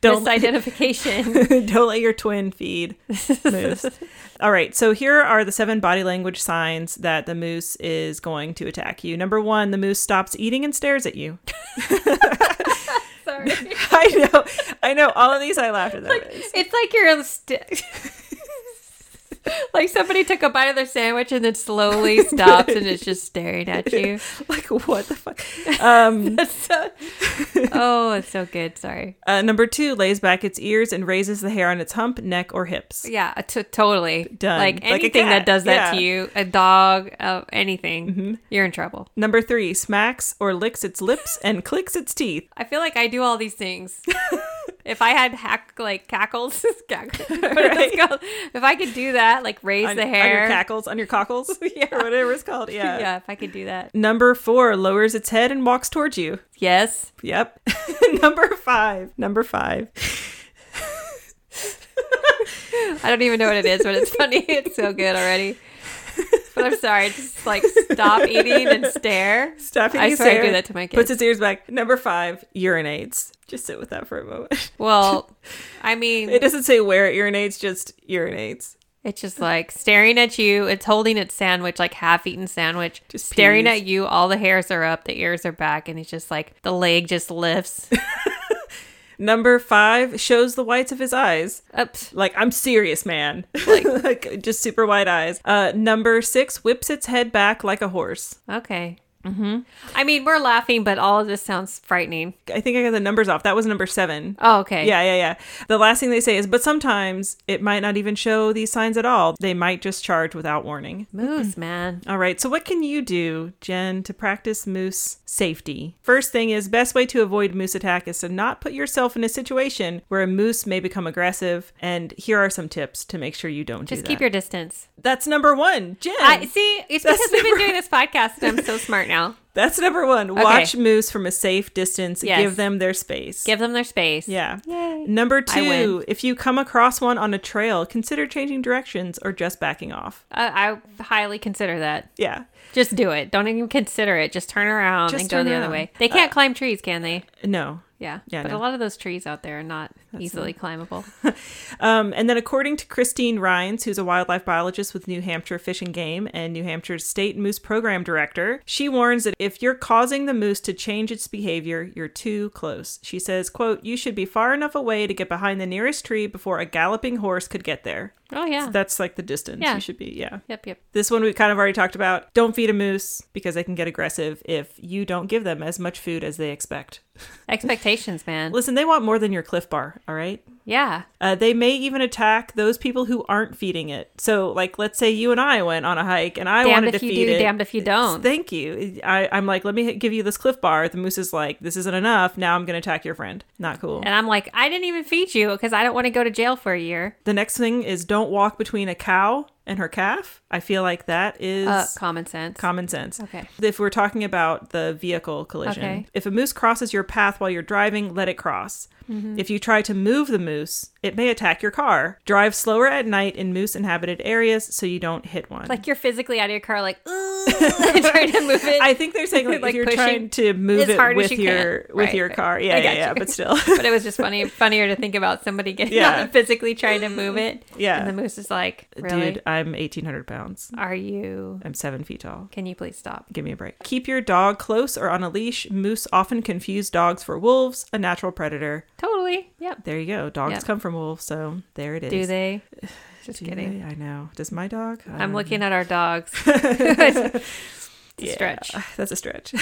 B: don't
A: Misidentification.
B: don't let your twin feed moose. All right, so here are the seven body language signs that the moose is going to attack you. Number one, the moose stops eating and stares at you.
A: Sorry.
B: I know, I know. All of these I laughed at. That.
A: It's like you're a st- like somebody took a bite of their sandwich and then slowly stops and is just staring at you.
B: like, what the fuck? Um,
A: That's so. Oh, it's so good. Sorry.
B: Uh, number two lays back its ears and raises the hair on its hump, neck, or hips.
A: Yeah, t- totally.
B: Done.
A: Like
B: Like a
A: anything that
B: cat.
A: does that
B: Yeah. Mm-hmm.
A: to you, a dog, uh, anything, you're in trouble.
B: Number three smacks or licks its lips and clicks its teeth.
A: I feel like I do all these things. if I had hack like cackles, cackles what are those
B: Right.
A: called? if I could do that, like raise
B: on,
A: the
B: on
A: hair,
B: your cackles, on your cockles,
A: Yeah.
B: or whatever it's called. Yeah.
A: yeah, if I could do that,
B: Number four lowers its head and walks towards you.
A: yes.
B: Yep. number five. Number five.
A: I don't even know what it is, but it's funny. It's so good already. But I'm sorry, just like stop eating and stare.
B: Stop
A: I
B: eating
A: swear I
B: stare,
A: do that to my
B: Puts
A: kids.
B: its ears back. Number five urinates. Just sit with that for a moment.
A: Well, I mean,
B: It doesn't say where it urinates, just urinates.
A: it's just like staring at you. It's holding its sandwich, like half-eaten sandwich,
B: Just
A: staring
B: peas.
A: at you. All the hairs are up, the ears are back, and it's just like the leg just lifts.
B: Number five shows the whites of his eyes.
A: Oops.
B: Like, I'm serious, man. Like,
A: Like-
B: just super wide eyes. Uh, number six whips its head back like a horse.
A: Okay. Mm-hmm. I mean, we're laughing, but all of this sounds frightening.
B: I think I got the numbers off. That was number seven.
A: Oh, okay.
B: Yeah, yeah, yeah. The last thing they say is, but sometimes it might not even show these signs at all. They might just charge without warning.
A: Moose, man.
B: All right, so what can you do, Jen, to practice moose safety? First thing is best way to avoid moose attack is to not put yourself in a situation where a moose may become aggressive. And here are some tips to make sure you don't do
A: Just
B: that.
A: keep your distance.
B: That's number one, Jen.
A: I see. It's
B: That's
A: because we've been
B: number-
A: doing this podcast, and I'm so smart now.
B: That's number one. Watch moose from a safe distance.
A: Yes.
B: Give them their space.
A: Give them their space.
B: yeah.
A: Yay.
B: Number
A: I
B: two, if you come across one on a trail, consider changing directions or just backing off.
A: I, Uh, I highly consider that.
B: Yeah.
A: Just do it. Don't even consider it. Just turn around
B: Just
A: and go
B: turn
A: the
B: around. Uh,
A: other way. They can't climb trees, can they?
B: No.
A: Yeah.
B: yeah,
A: But a
B: no.
A: lot of those trees out there are not easily climbable.
B: Um, and then, according to Christine Rhines, who's a wildlife biologist with New Hampshire Fish and Game and New Hampshire's State Moose Program Director, she warns that if you're causing the moose to change its behavior, you're too close. She says, "quote You should be far enough away to get behind the nearest tree before a galloping horse could get there."
A: Oh yeah.
B: That's like the distance
A: Yeah.
B: you should be. Yeah.
A: yep. Yep.
B: This one we kind of already talked about. Don't feed a moose because they can get aggressive if you don't give them as much food as they expect.
A: Expectations, man.
B: Listen, they want more than your cliff bar, all right?
A: Yeah.
B: Uh, they may even attack those people who aren't feeding it. So, like, let's say you and I went on a hike and I
A: damned
B: wanted
A: if
B: to
A: you
B: feed
A: do,
B: it.
A: damned if you don't.
B: Thank you. I, I'm like, let me give you this cliff bar. The moose is like, this isn't enough. Now I'm going to attack your friend. Not cool.
A: and I'm like, I didn't even feed you because I don't want to go to jail for a year.
B: The next thing is don't walk between a cow and her calf. I feel like that is
A: Uh, common sense.
B: common sense.
A: Okay.
B: If we're talking about the vehicle collision,
A: Okay.
B: if a moose crosses your path while you're driving, let it cross.
A: Mm-hmm.
B: If you try to move the moose, it may attack your car. Drive slower at night in moose inhabited areas so you don't hit one.
A: like you're physically out of your car, like "Ooh," and trying to move it.
B: I think they're saying like,
A: Like
B: if you're
A: pushing
B: trying to move
A: as
B: it
A: hard as
B: with
A: you can.
B: your with
A: Right,
B: your
A: right.
B: car. Yeah,
A: I
B: yeah,
A: got
B: yeah,
A: you.
B: but still.
A: but it was just funny funnier to think about somebody getting
B: Yeah.
A: out and physically trying to move it.
B: Yeah.
A: And the moose is like, Really?
B: Dude, I'm 1800 pounds.
A: Are you
B: I'm seven feet tall.
A: can you please stop?
B: Give me a break. Keep your dog close or on a leash. Moose often confuse dogs for wolves, a natural predator.
A: Totally. Yep.
B: There you go. Dogs
A: Yep.
B: come from wolves, so there it is.
A: Do they? Just
B: Do
A: kidding.
B: they? I know. Does my dog? I
A: I'm
B: don't
A: looking at our dogs. It's a
B: Um, Yeah,
A: Stretch.
B: That's a stretch.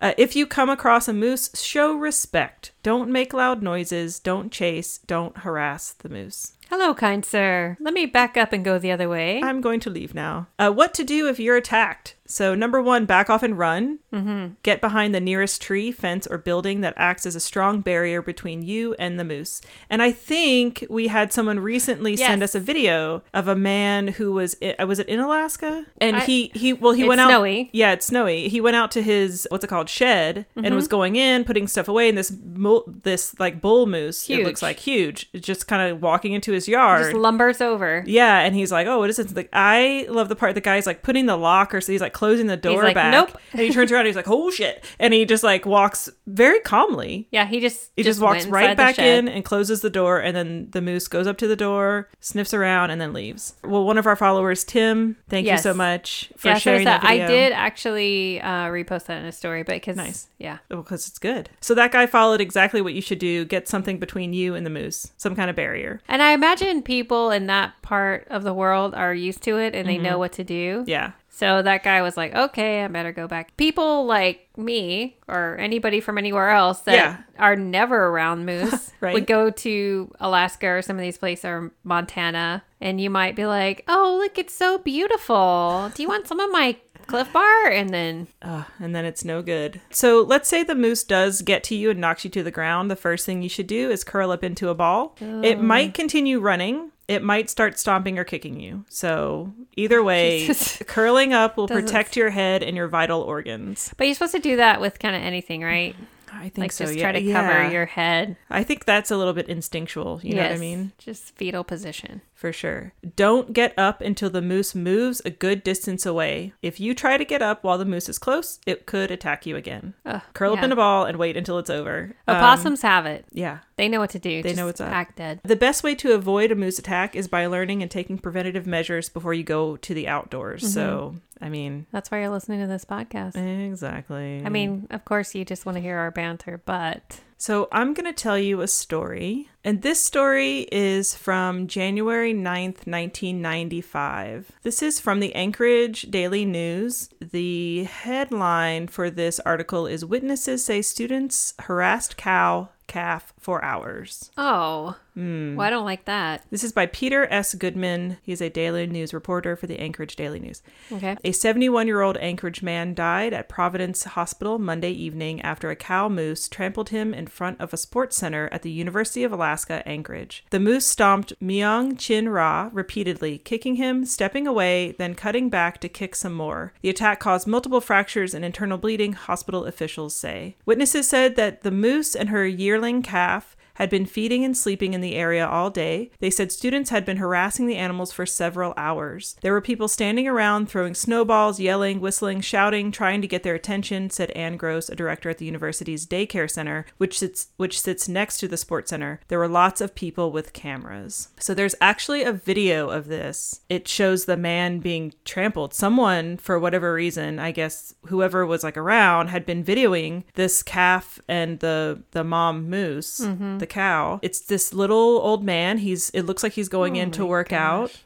B: uh, if you come across a moose, show respect. Don't make loud noises. Don't chase. Don't harass the moose.
A: Hello, kind sir. Let me back up and go the other way.
B: I'm going to leave now. Uh, what to do if you're attacked? So, number one, back off and run. Mm-hmm. Get behind the nearest tree, fence, or building that acts as a strong barrier between you and the moose. And I think we had someone recently send
A: Yes.
B: us a video of a man who was i- uh, was it in Alaska? And
A: I-
B: he he well he
A: It's
B: went out
A: snowy.
B: yeah it's snowy. He went out to his what's it called shed and
A: Mm-hmm.
B: was going in putting stuff away. And this mo- this like bull moose it
A: Huge.
B: looks like huge just kind of walking into his yard.
A: Just lumbers over.
B: Yeah, and he's like, "Oh, what is it?" Like, I love the part the guy's like putting the locker, so he's like closing the door
A: like,
B: back.
A: "Nope."
B: and he turns around, and he's like, "Oh shit!" And he just like walks very calmly.
A: Yeah, he just
B: He just,
A: went
B: walks
A: inside the
B: right back
A: shed.
B: in and closes the door, and then the moose goes up to the door, sniffs around, and then leaves. Well, one of our followers, Tim, thank
A: Yes.
B: you so much for
A: Yeah, so
B: sharing
A: there's that.
B: that video.
A: I did actually uh, repost that in a story, but because
B: Nice.
A: yeah,
B: because Oh, it's good. So that guy followed exactly what you should do: get something between you and the moose, some kind of barrier.
A: and I imagine people in that part of the world are used to it and they
B: Mm-hmm.
A: know what to do.
B: Yeah,
A: So that guy was like, okay, I better go back. People like me or anybody from anywhere else that
B: Yeah.
A: are never around moose
B: Right.
A: would go to Alaska or some of these places or Montana, and you might be like, oh, look, it's so beautiful. Do you want some of my Cliff Bar? And then
B: Ugh, Ah, and then it's no good. So let's say the moose does get to you and knocks you to the ground. The first thing you should do is curl up into a ball. It
A: Oh.
B: might continue running. It might start stomping or kicking you. So either way,
A: Jesus.
B: curling up will
A: Doesn't-
B: protect your head and your vital organs.
A: But you're supposed to do that with kind of anything, right?
B: I think
A: Like
B: so.
A: just
B: yeah.
A: try to
B: Yeah.
A: cover your head.
B: I think that's a little bit instinctual. You know what I mean?
A: Just fetal position.
B: For sure. Don't get up until the moose moves a good distance away. If you try to get up while the moose is close, it could attack you again. Curl up
A: yeah.
B: in a ball and wait until it's over. Um,
A: Opossums have it.
B: yeah.
A: They know what to do. They
B: know what's up.
A: Act dead.
B: The best way to avoid a moose attack is by learning and taking preventative measures before you go to the outdoors.
A: Mm-hmm.
B: So, I mean,
A: That's why you're listening to this podcast.
B: exactly.
A: I mean, of course, you just want to hear our banter, but
B: so I'm going to tell you a story. And this story is from January 9th, 1995. This is from the Anchorage Daily News. The headline for this article is Witnesses Say Students Harassed Cow Calf for Hours.
A: oh,
B: Mm.
A: well, I don't like that.
B: This is by Peter S. Goodman. He's a daily news reporter for the Anchorage Daily News.
A: Okay.
B: A 71 year old Anchorage man died at Providence Hospital Monday evening after a cow moose trampled him in front of a sports center at the University of Alaska, Anchorage. The moose stomped Myung Chin Ra repeatedly, kicking him, stepping away, then cutting back to kick some more. The attack caused multiple fractures and internal bleeding, hospital officials say. Witnesses said that the moose and her yearling calf had been feeding and sleeping in the area all day. They said students had been harassing the animals for several hours. There were people standing around throwing snowballs, yelling, whistling, shouting, trying to get their attention, said Ann Gross, a director at the university's daycare center, which sits which sits next to the sports center. There were lots of people with cameras. So there's actually a video of this. It shows the man being trampled. Someone for whatever reason, I guess whoever was like around had been videoing this calf and the the mom moose, the cow. It's this little old man. He's it looks like he's going in to work out.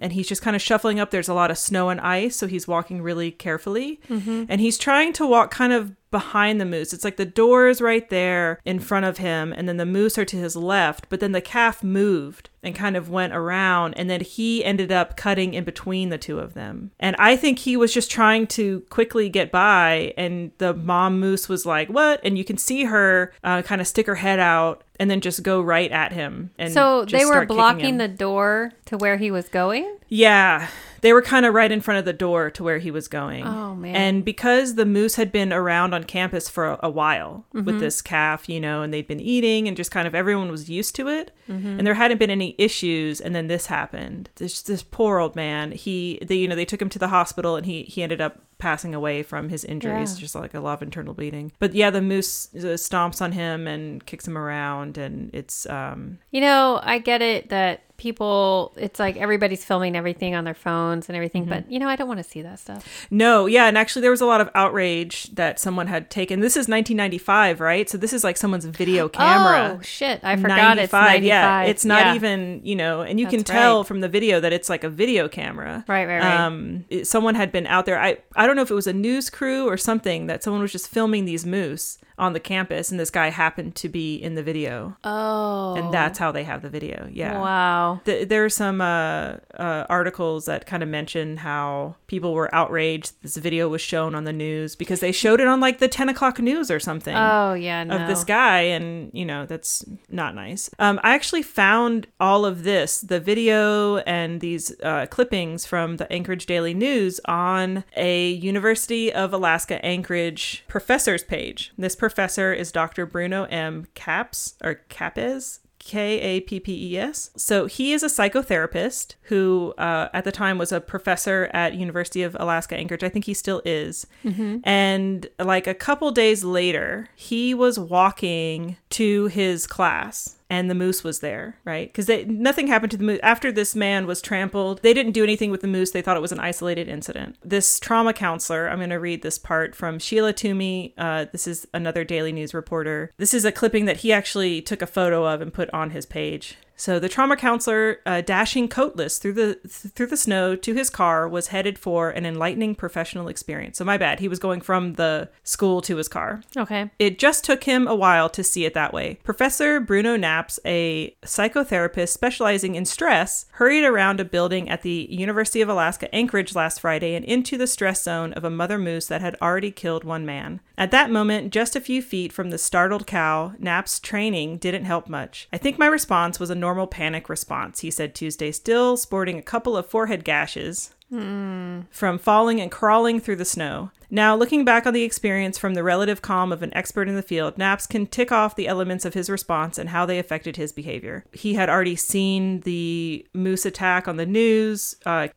B: And he's just kind of shuffling up. There's a lot of snow and ice, so he's walking really carefully. And he's trying to walk kind of behind the moose. It's like the door is right there in front of him, and then the moose are to his left, but then the calf moved and kind of went around, and then he ended up cutting in between the two of them. And I think he was just trying to quickly get by, and the mom moose was like, What? And you can see her uh, kind of stick her head out and then just go right at him. And
A: So
B: just
A: they were
B: start kicking him.
A: blocking the door to where he was going.
B: Yeah. They were kind of right in front of the door to where he was going.
A: Oh, man.
B: And because the moose had been around on campus for a, a while
A: Mm-hmm.
B: with this calf, you know, and they'd been eating and just kind of everyone was used to it.
A: Mm-hmm.
B: And there hadn't been any issues and then this happened. This this poor old man, he they you know, they took him to the hospital and he he ended up passing away from his injuries
A: Yeah.
B: just like a lot of internal bleeding. But yeah, the moose uh, stomps on him and kicks him around and it's um
A: You know, I get it that people, it's like everybody's filming everything on their phones and everything, but you know, I don't want to see that stuff.
B: No, yeah, and actually there was a lot of outrage that someone had taken. This is 1995, right? So this is like someone's video camera.
A: Oh, shit. I forgot it's 95.
B: yeah. It's not
A: Yeah.
B: even, you know, and you can
A: That's
B: tell
A: right.
B: from the video that it's like a video camera.
A: Right, right, right.
B: Um, it- someone had been out there. I I don't know if it was a news crew or something that someone was just filming these moose on the campus, and this guy happened to be in the video,
A: Oh.
B: and that's how they have the video. Yeah.
A: Wow.
B: Th- there are some uh, uh, articles that kind of mention how people were outraged this video was shown on the news because they showed it on like the 10 o'clock news or something
A: Oh yeah. No.
B: of this guy and you know that's not nice um, i actually found all of this the video and these uh, clippings from the anchorage daily news on a university of alaska anchorage professor's page this professor is dr bruno m caps or capes K A P P E S. So he is a psychotherapist who, uh, at the time, was a professor at University of Alaska Anchorage. I think he still is. And like a couple days later, he was walking to his class. And the moose was there, right? Because nothing happened to the moose after this man was trampled. They didn't do anything with the moose. They thought it was an isolated incident. This trauma counselor, I'm going to read this part from Sheila Toomey. Uh, this is another Daily News reporter. This is a clipping that he actually took a photo of and put on his page. So the trauma counselor, uh, dashing coatless through the th- through the snow to his car, was headed for an enlightening professional experience. So my bad, he was going from the school to his car.
A: Okay.
B: It just took him a while to see it that way. Professor Bruno Knapps, a psychotherapist specializing in stress, hurried around a building at the University of Alaska Anchorage last Friday and into the stress zone of a mother moose that had already killed one man. At that moment, just a few feet from the startled cow, Knapp's training didn't help much. I think my response was a normal panic response, he said Tuesday, still sporting a couple of forehead gashes from falling and crawling through the snow. Now, looking back on the experience from the relative calm of an expert in the field, Naps can tick off the elements of his response and how they affected his behavior. He had already seen the moose attack on the news. Uh,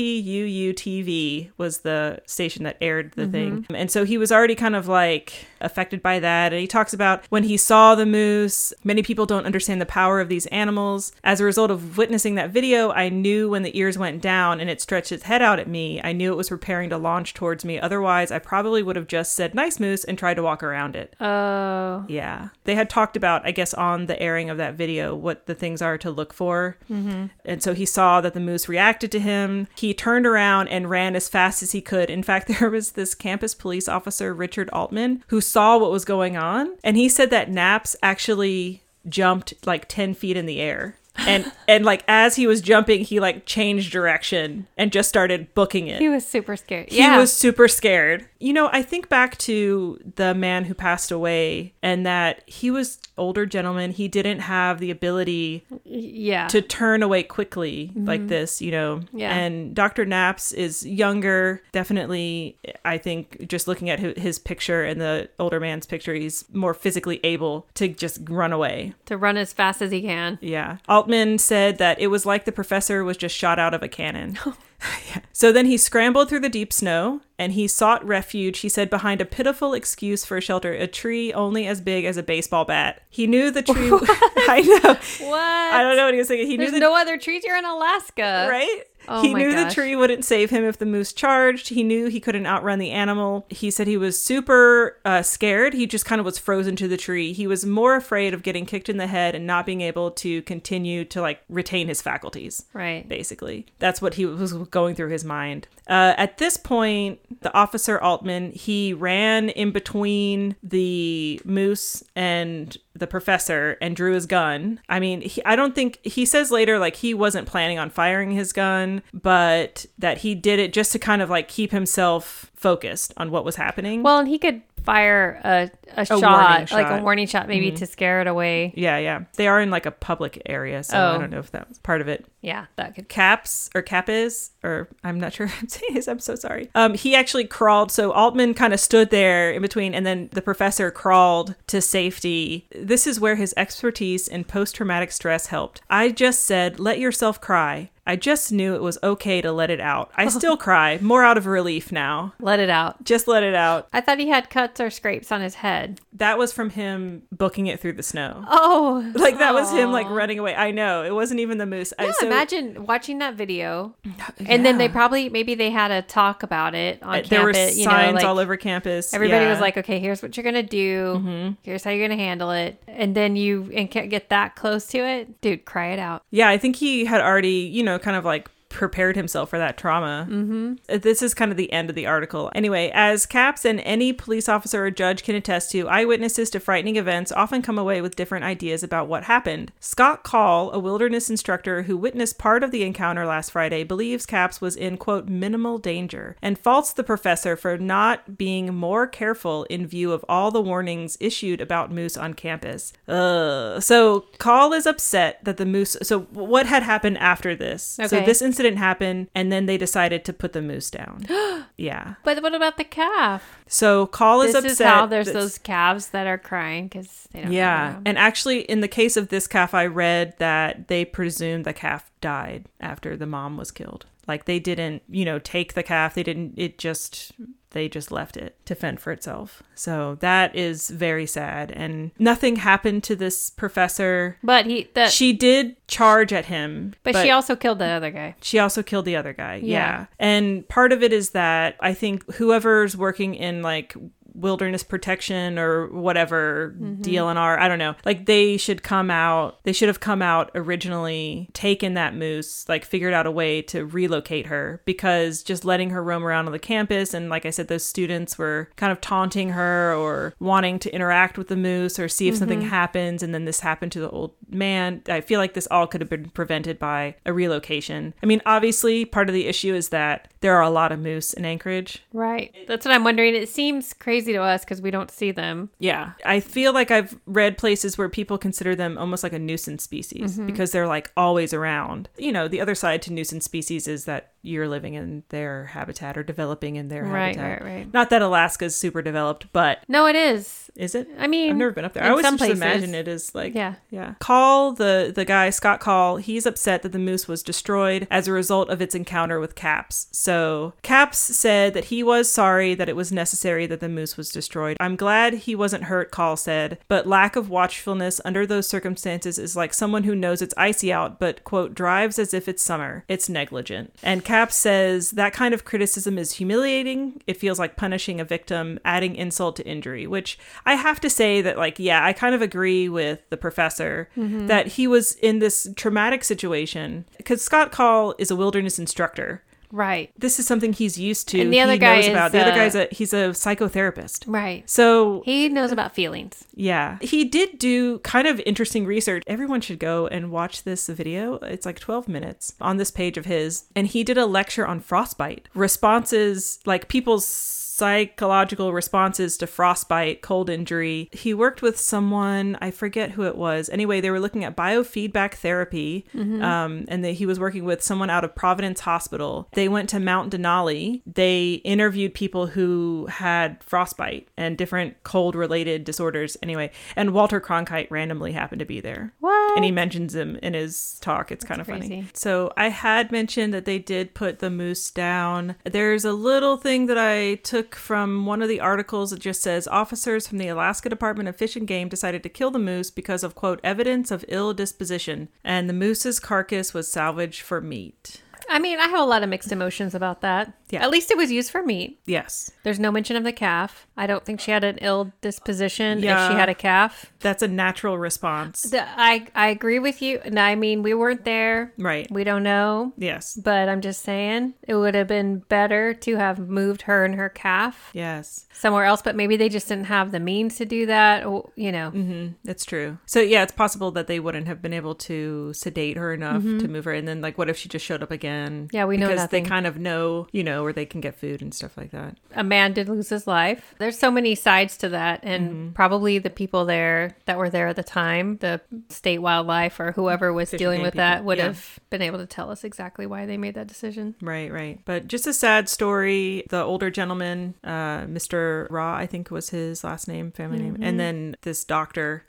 B: KTUU TV was the station that aired the thing. And so he was already kind of like affected by that. And he talks about when he saw the moose, many people don't understand the power of these animals. As a result of witnessing that video, I knew when the ears went down and it stretched its head out at me, I knew it was preparing to launch towards me. Otherwise, I probably would have just said, nice moose, and tried to walk around it.
A: Oh.
B: Yeah. They had talked about, I guess, on the airing of that video, what the things are to look for. Mm-hmm. And so he saw that the moose reacted to him. He turned around and ran as fast as he could. In fact, there was this campus police officer, Richard Altman, who saw what was going on. And he said that Naps actually jumped like 10 feet in the air. And and like as he was jumping, he like changed direction and just started booking it
A: He was super scared.
B: he
A: yeah.
B: was super scared. You know, I think back to the man who passed away and that he was older gentleman, he didn't have the ability
A: yeah.
B: to turn away quickly like this, you know.
A: Mm-hmm. Yeah.
B: And Dr. Naps is younger, definitely I think just looking at hi- his picture and the older man's picture, he's more physically able to just run away.
A: to run as fast as he can.
B: Yeah. Altman said that it was like the professor was just shot out of a cannon.
A: Oh.
B: Yeah. So then he scrambled through the deep snow and he sought refuge, he said, behind a pitiful excuse for shelter, a tree only as big as a baseball bat. He knew the tree. I know.
A: What?
B: I don't know what he was thinking. He
A: There's
B: knew the
A: no other trees. You're in Alaska.
B: right?
A: Oh
B: he
A: my
B: knew the
A: gosh.
B: tree wouldn't save him if the moose charged. He knew he couldn't outrun the animal. He said he was super uh, scared. He just kind of was frozen to the tree. He was more afraid of getting kicked in the head and not being able to continue to like retain his faculties
A: Right.
B: basically. That's what he was going through his mind. Uh, at this point, the officer Altman, he ran in between the moose and the professor and drew his gun. I mean, he, I don't think he says later like he wasn't planning on firing his gun, but that he did it just to kind of like keep himself focused on what was happening.
A: Well, and he could fire a, a, shot,
B: warning
A: like
B: shot. Mm-hmm.
A: a warning shot, maybe to scare it away.
B: yeah, yeah. They are in like a public area, so I
A: Oh.
B: don't know if that was part of it.
A: Yeah, that could.
B: caps or capes or i'm not sure i'm saying this i'm so sorry um he actually crawled so altman kind of stood there in between and then the professor crawled to safety this is where his expertise in post-traumatic stress helped i just said let yourself cry i just knew it was okay to let it out i still cry more out of relief now
A: Let it out.
B: just let it out
A: I thought he had cuts or scrapes on his head.
B: that was from him booking it through the snow
A: Oh,
B: like that was him like running away i know it wasn't even the moose I,
A: Yeah,
B: so-
A: imagine watching that video, and then they probably maybe they had a talk about it on
B: there were
A: campus. you
B: signs
A: know, like,
B: all over campus
A: Everybody was
B: Yeah. Mm-hmm.
A: like, "Okay, here's what you're gonna do. Here's how you're gonna handle it." And then you and can't get that close to it, dude. Cry it out.
B: Yeah, I think he had already, you know, kind of like prepared himself for that trauma. Mm-hmm. This is kind of the end of the article. Anyway, as Caps and any police officer or judge can attest to, eyewitnesses to frightening events often come away with different ideas about what happened. Scott Call, a wilderness instructor who witnessed part of the encounter last Friday, believes Caps was in, quote, minimal danger and faults the professor for not being more careful in view of all the warnings issued about moose on campus. Ugh. So Call is upset that the moose. So what had happened after this? So
A: Okay.
B: this incident happened, and then they decided to put the moose down. yeah.
A: But what about the calf?
B: So Call is
A: This
B: upset.
A: is how there's
B: that-
A: those calves that are crying because they don't.
B: Yeah.
A: know.
B: And actually, in the case of this calf, I read that they presumed the calf died after the mom was killed. Like they didn't, you know, take the calf. They didn't, it just, they just left it to fend for itself. So that is very sad. And nothing happened to this professor.
A: But he that
B: She did charge at him.
A: but, she also killed the other guy.
B: She also killed the other guy. Yeah.
A: Yeah.
B: And part of it is that I think whoever's working in like wilderness protection or whatever DLNR, I don't know, like they should come out, they should have come out originally, taken that moose, like figured out a way to relocate her because just letting her roam around on the campus and like I said, those students were kind of taunting her or wanting to interact with the moose or see if something happens and then this happened to the old man. I feel like this all could have been prevented by a relocation. I mean, obviously, part of the issue is that there are a lot of moose in Anchorage.
A: Right. That's what I'm wondering. It seems crazy to us because we don't see them.
B: Yeah. I feel like I've read places where people consider them almost like a nuisance species
A: Mm-hmm.
B: because they're like always around. You know, the other side to nuisance species is that you're living in their habitat or developing in their
A: Right,
B: habitat.
A: right, right.
B: Not that Alaska's super developed, but
A: No, it is.
B: is it?
A: I mean,
B: I've never been up there. I
A: in
B: always
A: some
B: just
A: places.
B: imagine it is like
A: Yeah.
B: yeah. Call the the guy Scott Call. He's upset that the moose was destroyed as a result of its encounter with Caps. So Caps said that he was sorry that it was necessary that the moose was destroyed. I'm glad he wasn't hurt. Call said, but lack of watchfulness under those circumstances is like someone who knows it's icy out, but quote drives as if it's summer. It's negligent. And Caps says that kind of criticism is humiliating. It feels like punishing a victim, adding insult to injury. Which I have to say that like yeah, I kind of agree with the professor
A: Mm-hmm.
B: that he was in this traumatic situation because Scott Call is a wilderness instructor.
A: Right.
B: This is something he's used to.
A: And the other
B: he
A: guy
B: knows
A: is,
B: about. The other
A: uh,
B: guy's a he's a psychotherapist.
A: Right.
B: So
A: He knows about feelings.
B: yeah. He did do kind of interesting research. Everyone should go and watch this video. It's like 12 minutes on this page of his. And he did a lecture on frostbite responses, like people's psychological responses to frostbite, cold injury. He worked with someone, I forget who it was. Anyway, they were looking at biofeedback therapy. Um, and they, he was working with someone out of Providence Hospital. They went to Mount Denali. They interviewed people who had frostbite and different cold related disorders anyway. And Walter Cronkite randomly happened to be there.
A: What?
B: And he mentions him in his talk. It's kind of funny.
A: crazy.
B: So I had mentioned that they did put the moose down. There's a little thing that I took from one of the articles that just says officers from the Alaska Department of Fish and Game decided to kill the moose because of quote evidence of ill disposition and the moose's carcass was salvaged for meat.
A: I mean, I have a lot of mixed emotions about that.
B: Yeah.
A: At least it was used for meat.
B: Yes.
A: There's no mention of the calf. I don't think she had an ill disposition if
B: Yeah.
A: she had a calf.
B: That's a natural response.
A: The- I, I agree with you. And I mean, we weren't there.
B: Right.
A: We don't know.
B: Yes.
A: But I'm just saying it would have been better to have moved her and her calf
B: Yes.
A: somewhere else, but maybe they just didn't have the means to do that. Or, you know,
B: Mm-hmm. That's true. So yeah, it's possible that they wouldn't have been able to sedate her enough to move her, and then like, what if she just showed up again?
A: Mm-hmm. Yeah, we know
B: because
A: nothing.
B: they kind of know, you know, where they can get food and stuff like that.
A: a man did lose his life. There's so many sides to that. And
B: Mm-hmm.
A: probably the people there that were there at the time, the state wildlife or whoever was dealing
B: game
A: with that,
B: people.
A: would
B: Yeah.
A: have been able to tell us exactly why they made that decision.
B: Right, right. But just a sad story. The older gentleman, uh, Mr. Raw, I think was his last name, family name,
A: Mm-hmm.
B: and then this doctor,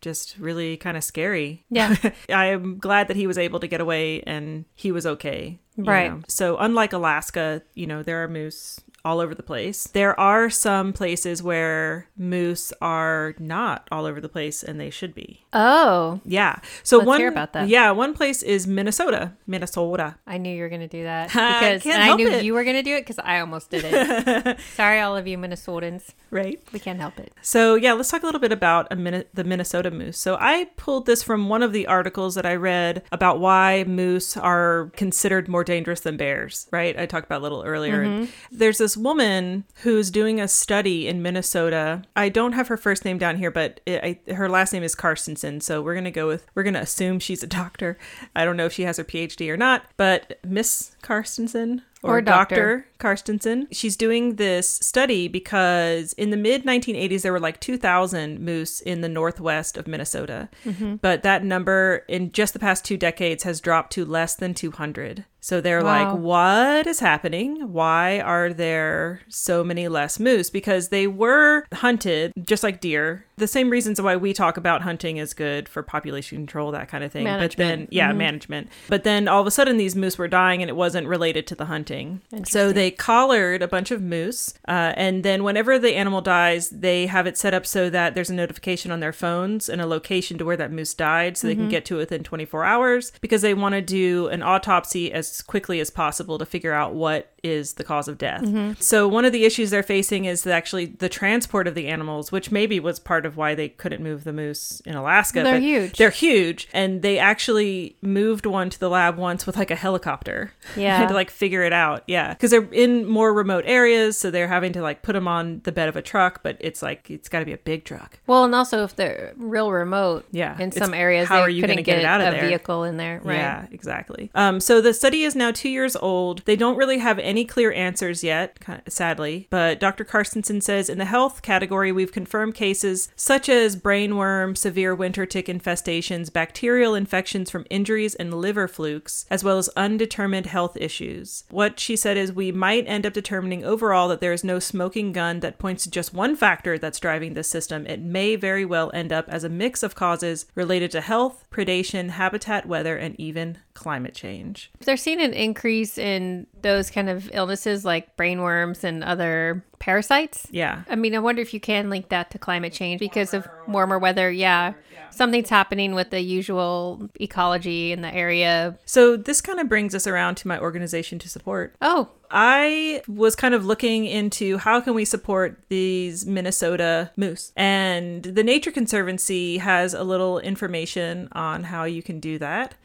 B: just really kind of scary.
A: Yeah.
B: I'm glad that he was able to get away and he was okay. you
A: Right.
B: know. So unlike Alaska, you know, there are moose all over the place. There are some places where moose are not all over the place and they should be.
A: Oh,
B: Yeah. So
A: Let's
B: one
A: hear about that.
B: Yeah, one place is Minnesota. Minnesota.
A: I knew you were going to do that
B: I
A: because
B: can't
A: and I
B: help
A: knew
B: it.
A: you were going to do it because I almost did it. Sorry, all of you Minnesotans.
B: Right.
A: We can't help it.
B: So yeah, let's talk a little bit about a Min- the Minnesota moose. So I pulled this from one of the articles that I read about why moose are considered more dangerous than bears. Right, I talked about a little earlier. And
A: Mm-hmm.
B: there's this woman who's doing a study in Minnesota. I don't have her first name down here, but it, I, her last name is Carstensen. So we're gonna go with we're gonna assume she's a doctor. I don't know if she has her PhD or not, but Miss Carstensen
A: Or doctor.
B: Karstensen. She's doing this study because in the mid 1980s, there were like 2,000 moose in the northwest of Minnesota.
A: Mm-hmm.
B: But that number in just the past two decades has dropped to less than 200. So they're
A: Wow.
B: like, what is happening? Why are there so many less moose? Because they were hunted just like deer. The same reasons why we talk about hunting is good for population control, that kind of thing. But then,
A: Management. Mm-hmm.
B: yeah, management. But then all of a sudden, these moose were dying, and it wasn't related to the hunting. So they collared a bunch of moose, uh, and then whenever the animal dies, they have it set up so that there's a notification on their phones and a location to where that moose died, so they
A: Mm-hmm.
B: can get to it within 24 hours because they want to do an autopsy as quickly as possible to figure out what is the cause of death.
A: Mm-hmm.
B: So one of the issues they're facing is actually the transport of the animals, which maybe was part of why they couldn't move the moose in Alaska.
A: They're
B: but
A: huge.
B: They're huge, and they actually moved one to the lab once with like a helicopter.
A: Yeah.
B: had to like figure it out. Yeah, because they're in more remote areas, so they're having to like put them on the bed of a truck. But it's like it's got to be a big truck.
A: Well, and also if they're real remote,
B: Yeah,
A: in
B: it's-
A: some areas
B: how
A: they
B: are you
A: couldn't
B: gonna
A: get,
B: get it out of
A: a
B: there?
A: vehicle in there, right?
B: Yeah, exactly. Um, so the study is now two years old. They don't really have any clear answers yet, ki- sadly. But Dr. Carstensen says in the health category, we've confirmed cases such as brain worm, severe winter tick infestations, bacterial infections from injuries and liver flukes, as well as undetermined health issues. What she said is we might end up determining overall that there is no smoking gun that points to just one factor that's driving this system. It may very well end up as a mix of causes related to health, predation, habitat, weather, and even climate change.
A: If they're seeing an increase in those kind of illnesses like brain worms and other parasites,
B: Yeah.
A: I mean, I wonder if you can link that to climate change because of warmer weather. Yeah. Something's happening with the usual ecology in the area.
B: So this kind of brings us around to my organization to support.
A: Oh,
B: I was kind of looking into how can we support these Minnesota moose. And the Nature Conservancy has a little information on how you can do that.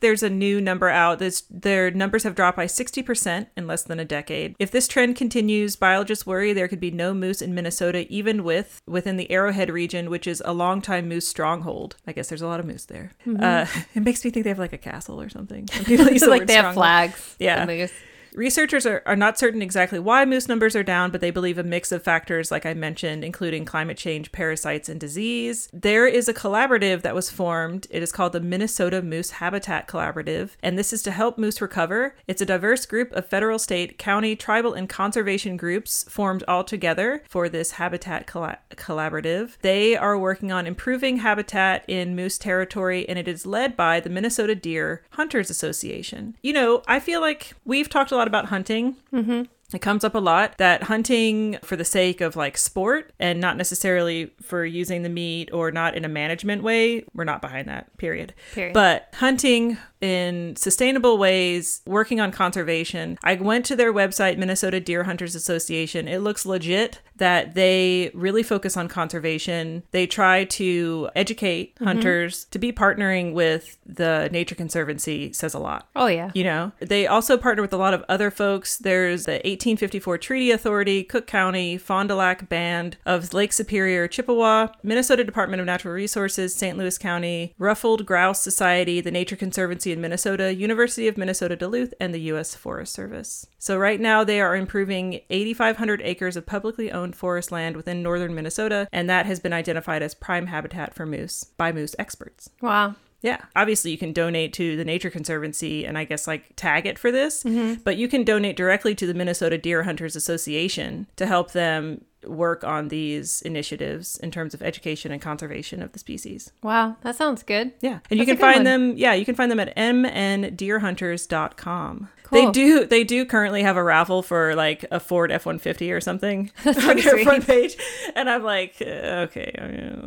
B: There's a new number out. This, their numbers have dropped by 60% in less than a decade. If this trend continues, biologists worry there could be no moose in Minnesota even with within the Arrowhead region, which is a longtime moose stronghold. I guess there's a lot of moose there. Uh, it makes me think they have like a castle or something. When people use
A: it's
B: the
A: like
B: word
A: they have
B: stronghold.
A: flags. the
B: Yeah.
A: moose.
B: Researchers are, are not certain exactly why moose numbers are down, but they believe a mix of factors, like I mentioned, including climate change, parasites, and disease. There is a collaborative that was formed. It is called the Minnesota Moose Habitat Collaborative, and this is to help moose recover. It's a diverse group of federal, state, county, tribal, and conservation groups formed all together for this habitat colla- collaborative. They are working on improving habitat in moose territory, and it is led by the Minnesota Deer Hunters Association. You know, I feel like we've talked a lot about hunting. Mm-hmm. It comes up a lot that hunting for the sake of like sport and not necessarily for using the meat or not in a management way, we're not behind that, period.
A: Period.
B: But hunting in sustainable ways, working on conservation. I went to their website, Minnesota Deer Hunters Association. It looks legit that they really focus on conservation. They try to educate hunters to be partnering with the Nature Conservancy says a lot.
A: Oh, yeah.
B: You know, they also partner with a lot of other folks. There's the 1854 Treaty Authority, Cook County, Fond du Lac Band of Lake Superior, Chippewa, Minnesota Department of Natural Resources, St. Louis County, Ruffled Grouse Society, the Nature Conservancy in Minnesota, University of Minnesota Duluth, and the U.S. Forest Service. So, right now, they are improving 8,500 acres of publicly owned forest land within northern Minnesota, and that has been identified as prime habitat for moose by moose experts.
A: Wow.
B: Yeah. Obviously, you can donate to the Nature Conservancy and I guess like tag it for this, but you can donate directly to the Minnesota Deer Hunters Association to help them work on these initiatives in terms of education and conservation of the species.
A: Wow, that sounds good.
B: Yeah. And you
A: That's a
B: can
A: good
B: find
A: one.
B: them yeah, you can find them at mndeerhunters.com. They
A: Cool.
B: do they do currently have a raffle for like a Ford F150 or something on
A: pretty
B: their
A: sweet.
B: front page and I'm like uh, okay. I mean-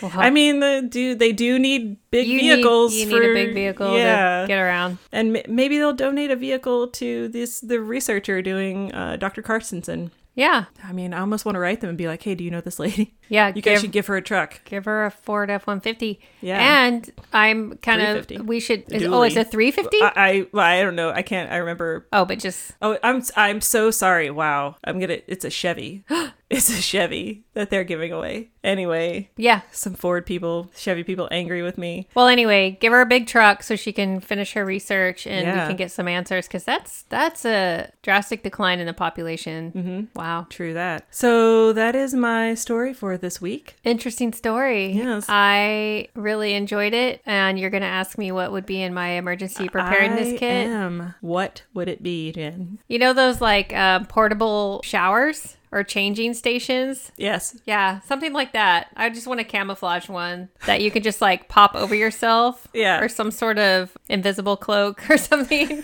A: Wow.
B: I mean, the, do they do need big
A: You need-
B: vehicles
A: you
B: for
A: need a big vehicle
B: Yeah.
A: to get around.
B: and m- maybe they'll donate a vehicle to this the researcher doing uh, Dr. Carstensen.
A: Yeah,
B: I mean, I almost want to write them and be like, "Hey, do you know this lady?
A: yeah.
B: You guys
A: give,
B: should give her a truck."
A: give her a Ford F one fifty.
B: Yeah.
A: and I'm kind
B: 350.
A: of we should. Is, oh, it's
B: Dually.
A: a three fifty.
B: I, I well, I don't know. I can't. I remember.
A: Oh, but just
B: Oh, I'm I'm so sorry. Wow, I'm gonna. It's a Chevy. it's a Chevy that they're giving away. Anyway,
A: yeah.
B: some Ford people, Chevy people, angry with me.
A: Well, anyway, give her a big truck so she can finish her research and
B: Yeah.
A: we can get some answers because that's that's a drastic decline in the population. Mm-hmm. Wow,
B: True that. So that is my story for this week.
A: interesting story.
B: Yes.
A: I really enjoyed it, and you're going to ask me what would be in my emergency preparedness
B: I
A: kit.
B: am- What would it be, Jen?
A: You know those like uh, portable showers or changing stations?
B: Yes.
A: Yeah, something like that. I just want a camouflage one that you can just like pop over yourself.
B: Yeah.
A: Or some sort of invisible cloak or something.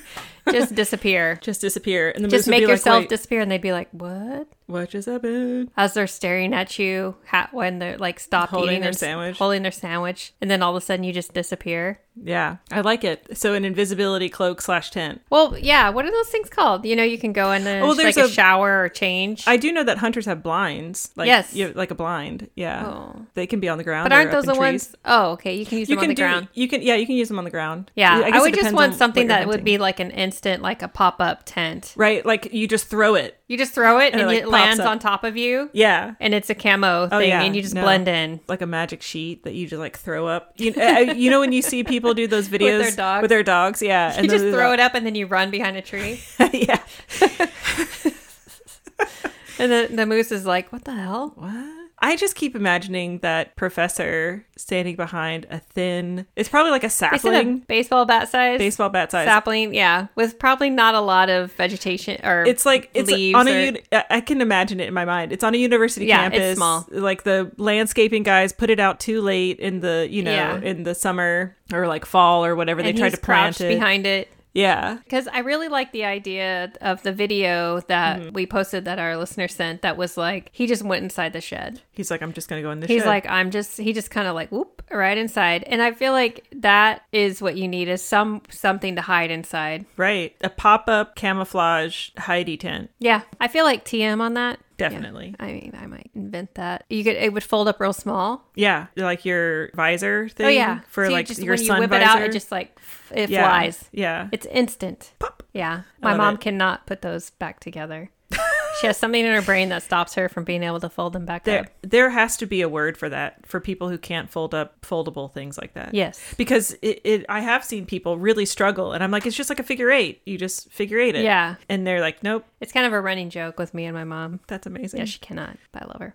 A: just disappear.
B: Just disappear. And the moose
A: Just
B: would
A: make
B: be like,
A: yourself
B: "Wait,
A: disappear. And they'd be like, what?
B: what just happened?
A: As they're staring at you ha- when they're like stop
B: Holding
A: eating
B: their
A: and s-
B: sandwich.
A: Holding their sandwich. And then all of a sudden you just disappear.
B: Yeah, I like it. So an invisibility cloak slash tent.
A: Well, yeah. What are those things called? You know, you can go in and
B: Oh,
A: it's
B: there's
A: like a,
B: a-
A: shower or change.
B: I do know that hunters have blinds. Like,
A: Yes.
B: you- like a blind. Yeah,
A: Oh.
B: they can be on the ground.
A: But
B: or
A: aren't
B: up
A: those
B: in
A: the ones? Oh, okay. You can use
B: trees. you
A: them
B: can
A: on the
B: do?
A: ground.
B: You can. Yeah, you can use them on the ground.
A: Yeah, I,
B: guess
A: would
B: it
A: just
B: depends
A: want
B: on
A: something
B: what you're
A: that would
B: hunting.
A: be like an instant, like a pop up tent.
B: right. Like you just throw it.
A: You just throw it and,
B: it, like,
A: it
B: pops
A: lands
B: up.
A: on top of you,
B: Yeah, Oh,
A: and it's a camo thing,
B: yeah.
A: and you just
B: No.
A: blend in.
B: like a magic sheet that you just like throw up. You, uh, you know when you see people do those videos
A: dogs.
B: With their dogs, yeah.
A: You just throw it up, and then you run behind a tree.
B: up. yeah.
A: and the, the moose is like, "What the hell?"
B: What? I just keep imagining that professor standing behind a thin. It's probably like a
A: Is it a
B: sapling,
A: baseball bat size?
B: baseball bat size.
A: sapling, yeah, with probably not a lot of vegetation or
B: it's like it's
A: leaves
B: on
A: or-
B: a. uni- I I can imagine it in my mind. It's on a university
A: Yeah, it's
B: campus.
A: small.
B: Like the landscaping guys put it out too late in the you know
A: Yeah.
B: in the summer or like fall or whatever
A: and
B: they tried
A: he's
B: to plant
A: crouched
B: it.
A: behind it.
B: yeah,
A: Because I really like the idea of the video that
B: Mm-hmm.
A: we posted that our listener sent that was like, he just went inside the shed.
B: he's like, I'm just gonna go in this.
A: He's
B: shed."
A: like, I'm just, he just kind of like, whoop, right inside. And I feel like that is what you need is some, something to hide inside.
B: right, a pop up camouflage Heidi tent,
A: Yeah. I feel like TM on that. Yeah.
B: definitely.
A: I mean, I might invent that. You could, it would fold up real small.
B: Yeah, like your visor thing.
A: Oh yeah.
B: for
A: So you
B: like
A: just,
B: your
A: when you
B: sun
A: whip
B: visor.
A: it out, it just like, f- it
B: yeah.
A: flies.
B: Yeah,
A: It's instant.
B: Pop.
A: Yeah.
B: I
A: My
B: love
A: mom
B: it.
A: cannot put those back together. she has something in her brain that stops her from being able to fold them back
B: There,
A: up.
B: there has to be a word for that for people who can't fold up foldable things like that.
A: Yes.
B: because it, it I have seen people really struggle, and I'm like, it's just like a figure eight. You just figure eight it.
A: Yeah.
B: and they're like, nope,
A: It's kind of a running joke with me and my mom.
B: that's amazing. Hmm.
A: Yeah, she cannot, but I love her.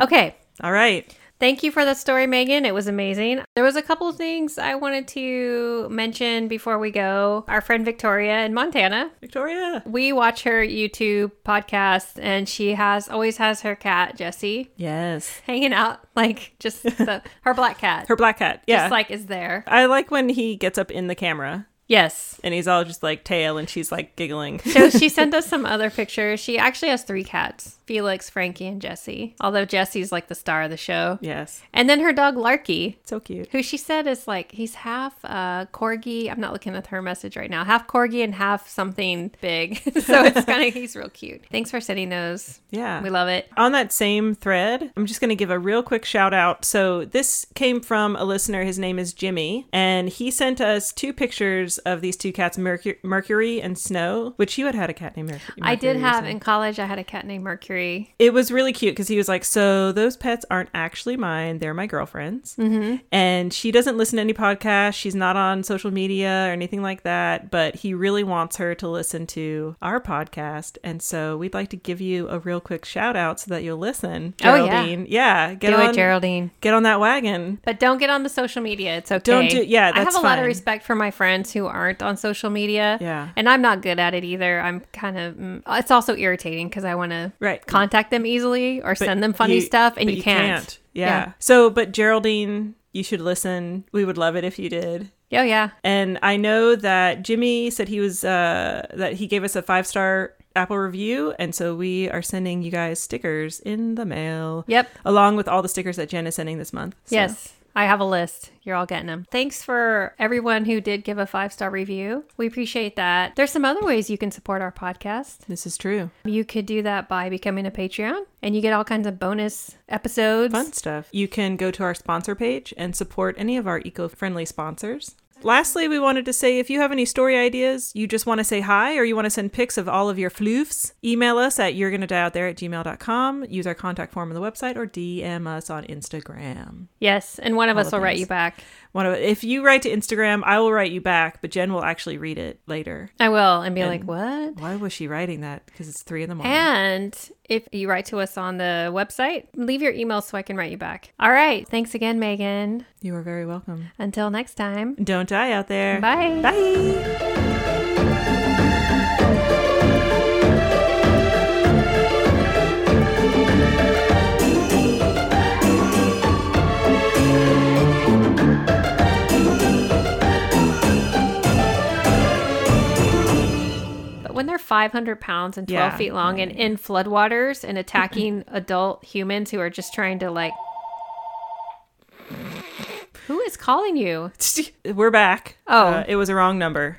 A: Okay.
B: All right,
A: Thank you for that story, Megan. It was amazing. There was a couple of things I wanted to mention before we go. Our friend Victoria in Montana,
B: Victoria.
A: we watch her YouTube podcast, and she has always has her cat Jessie
B: Yes,
A: hanging out, like just the, her black cat,
B: her black cat. Yeah,
A: just like is there.
B: I like when he gets up in the camera
A: Yes,
B: and he's all just like tail, and she's like giggling.
A: so she sent us some other pictures. She actually has three cats Felix, Frankie, and Jesse. Although Jesse's like the star of the show.
B: yes,
A: And then her dog Larky,
B: so cute.
A: who she said is like, he's half uh, corgi. I'm not looking at her message right now. Half corgi and half something big. so it's kind of, he's real cute. Thanks for sending those.
B: Yeah,
A: We love it.
B: On that same thread, I'm just going to give a real quick shout out. So, this came from a listener. His name is Jimmy, and he sent us two pictures of these two cats, Mercury, Mercury and Snow, which you had had a cat named Merc- Mercury.
A: I did have
B: recently.
A: in college, I had a cat named Mercury.
B: It was really cute because he was like, So, those pets aren't actually mine. They're my girlfriend's. Mm-hmm. And she doesn't listen to any podcasts. She's not on social media or anything like that. But he really wants her to listen to our podcast. And so, we'd like to give you a real quick shout out so that you'll listen.
A: Oh, yeah.
B: Geraldine. yeah. Get
A: Do
B: on,
A: it, Geraldine.
B: Get on that wagon.
A: But don't get on the social media. It's okay.
B: Don't do- yeah,
A: I have
B: that's
A: a lot of
B: fine.
A: respect for my friends who aren't on social media.
B: Yeah.
A: And I'm not good at it either. I'm kind of, mm, it's also irritating because I want to
B: Right.
A: contact them easily or
B: But
A: send them funny
B: you-
A: stuff and
B: but
A: you, can't.
B: Yeah. So, but Geraldine, you should listen. We would love it if you did.
A: Yeah. Oh, yeah.
B: And I know that Jimmy said he was uh, that he gave us a five star Apple review, and so we are sending you guys stickers in the mail.
A: Yep.
B: Along with all the stickers that Jen is sending this month. So-
A: Yes. I have a list. You're all getting them. Thanks for everyone who did give a five star review. We appreciate that. There's some other ways you can support our podcast.
B: This is true.
A: You could do that by becoming a Patreon, and you get all kinds of bonus episodes.
B: Fun stuff. You can go to our sponsor page and support any of our eco friendly sponsors. Lastly, we wanted to say if you have any story ideas, you just want to say hi or you want to send pics of all of your floofs, email us at you're gonna die out there at gmail.com, use our contact form on the website, or DM us on Instagram.
A: Yes, and one of us
B: the
A: will write
B: things.
A: you back.
B: One of if you write to Instagram, I will write you back, but Jen will actually read it later.
A: I will, and be like, what?
B: Why was she writing that? Because it's three in the morning.
A: And if you write to us on the website, leave your email so I can write you back. All right. Thanks again, Megan.
B: You are very welcome.
A: Until next time.
B: Don't die out there.
A: Bye.
B: Bye.
A: But when they're 500 pounds and 12
B: Yeah.
A: feet long and in floodwaters and attacking adult humans who are just trying to, like, who is calling you?
B: We're back.
A: Oh.
B: Oh. Uh, it was a wrong number.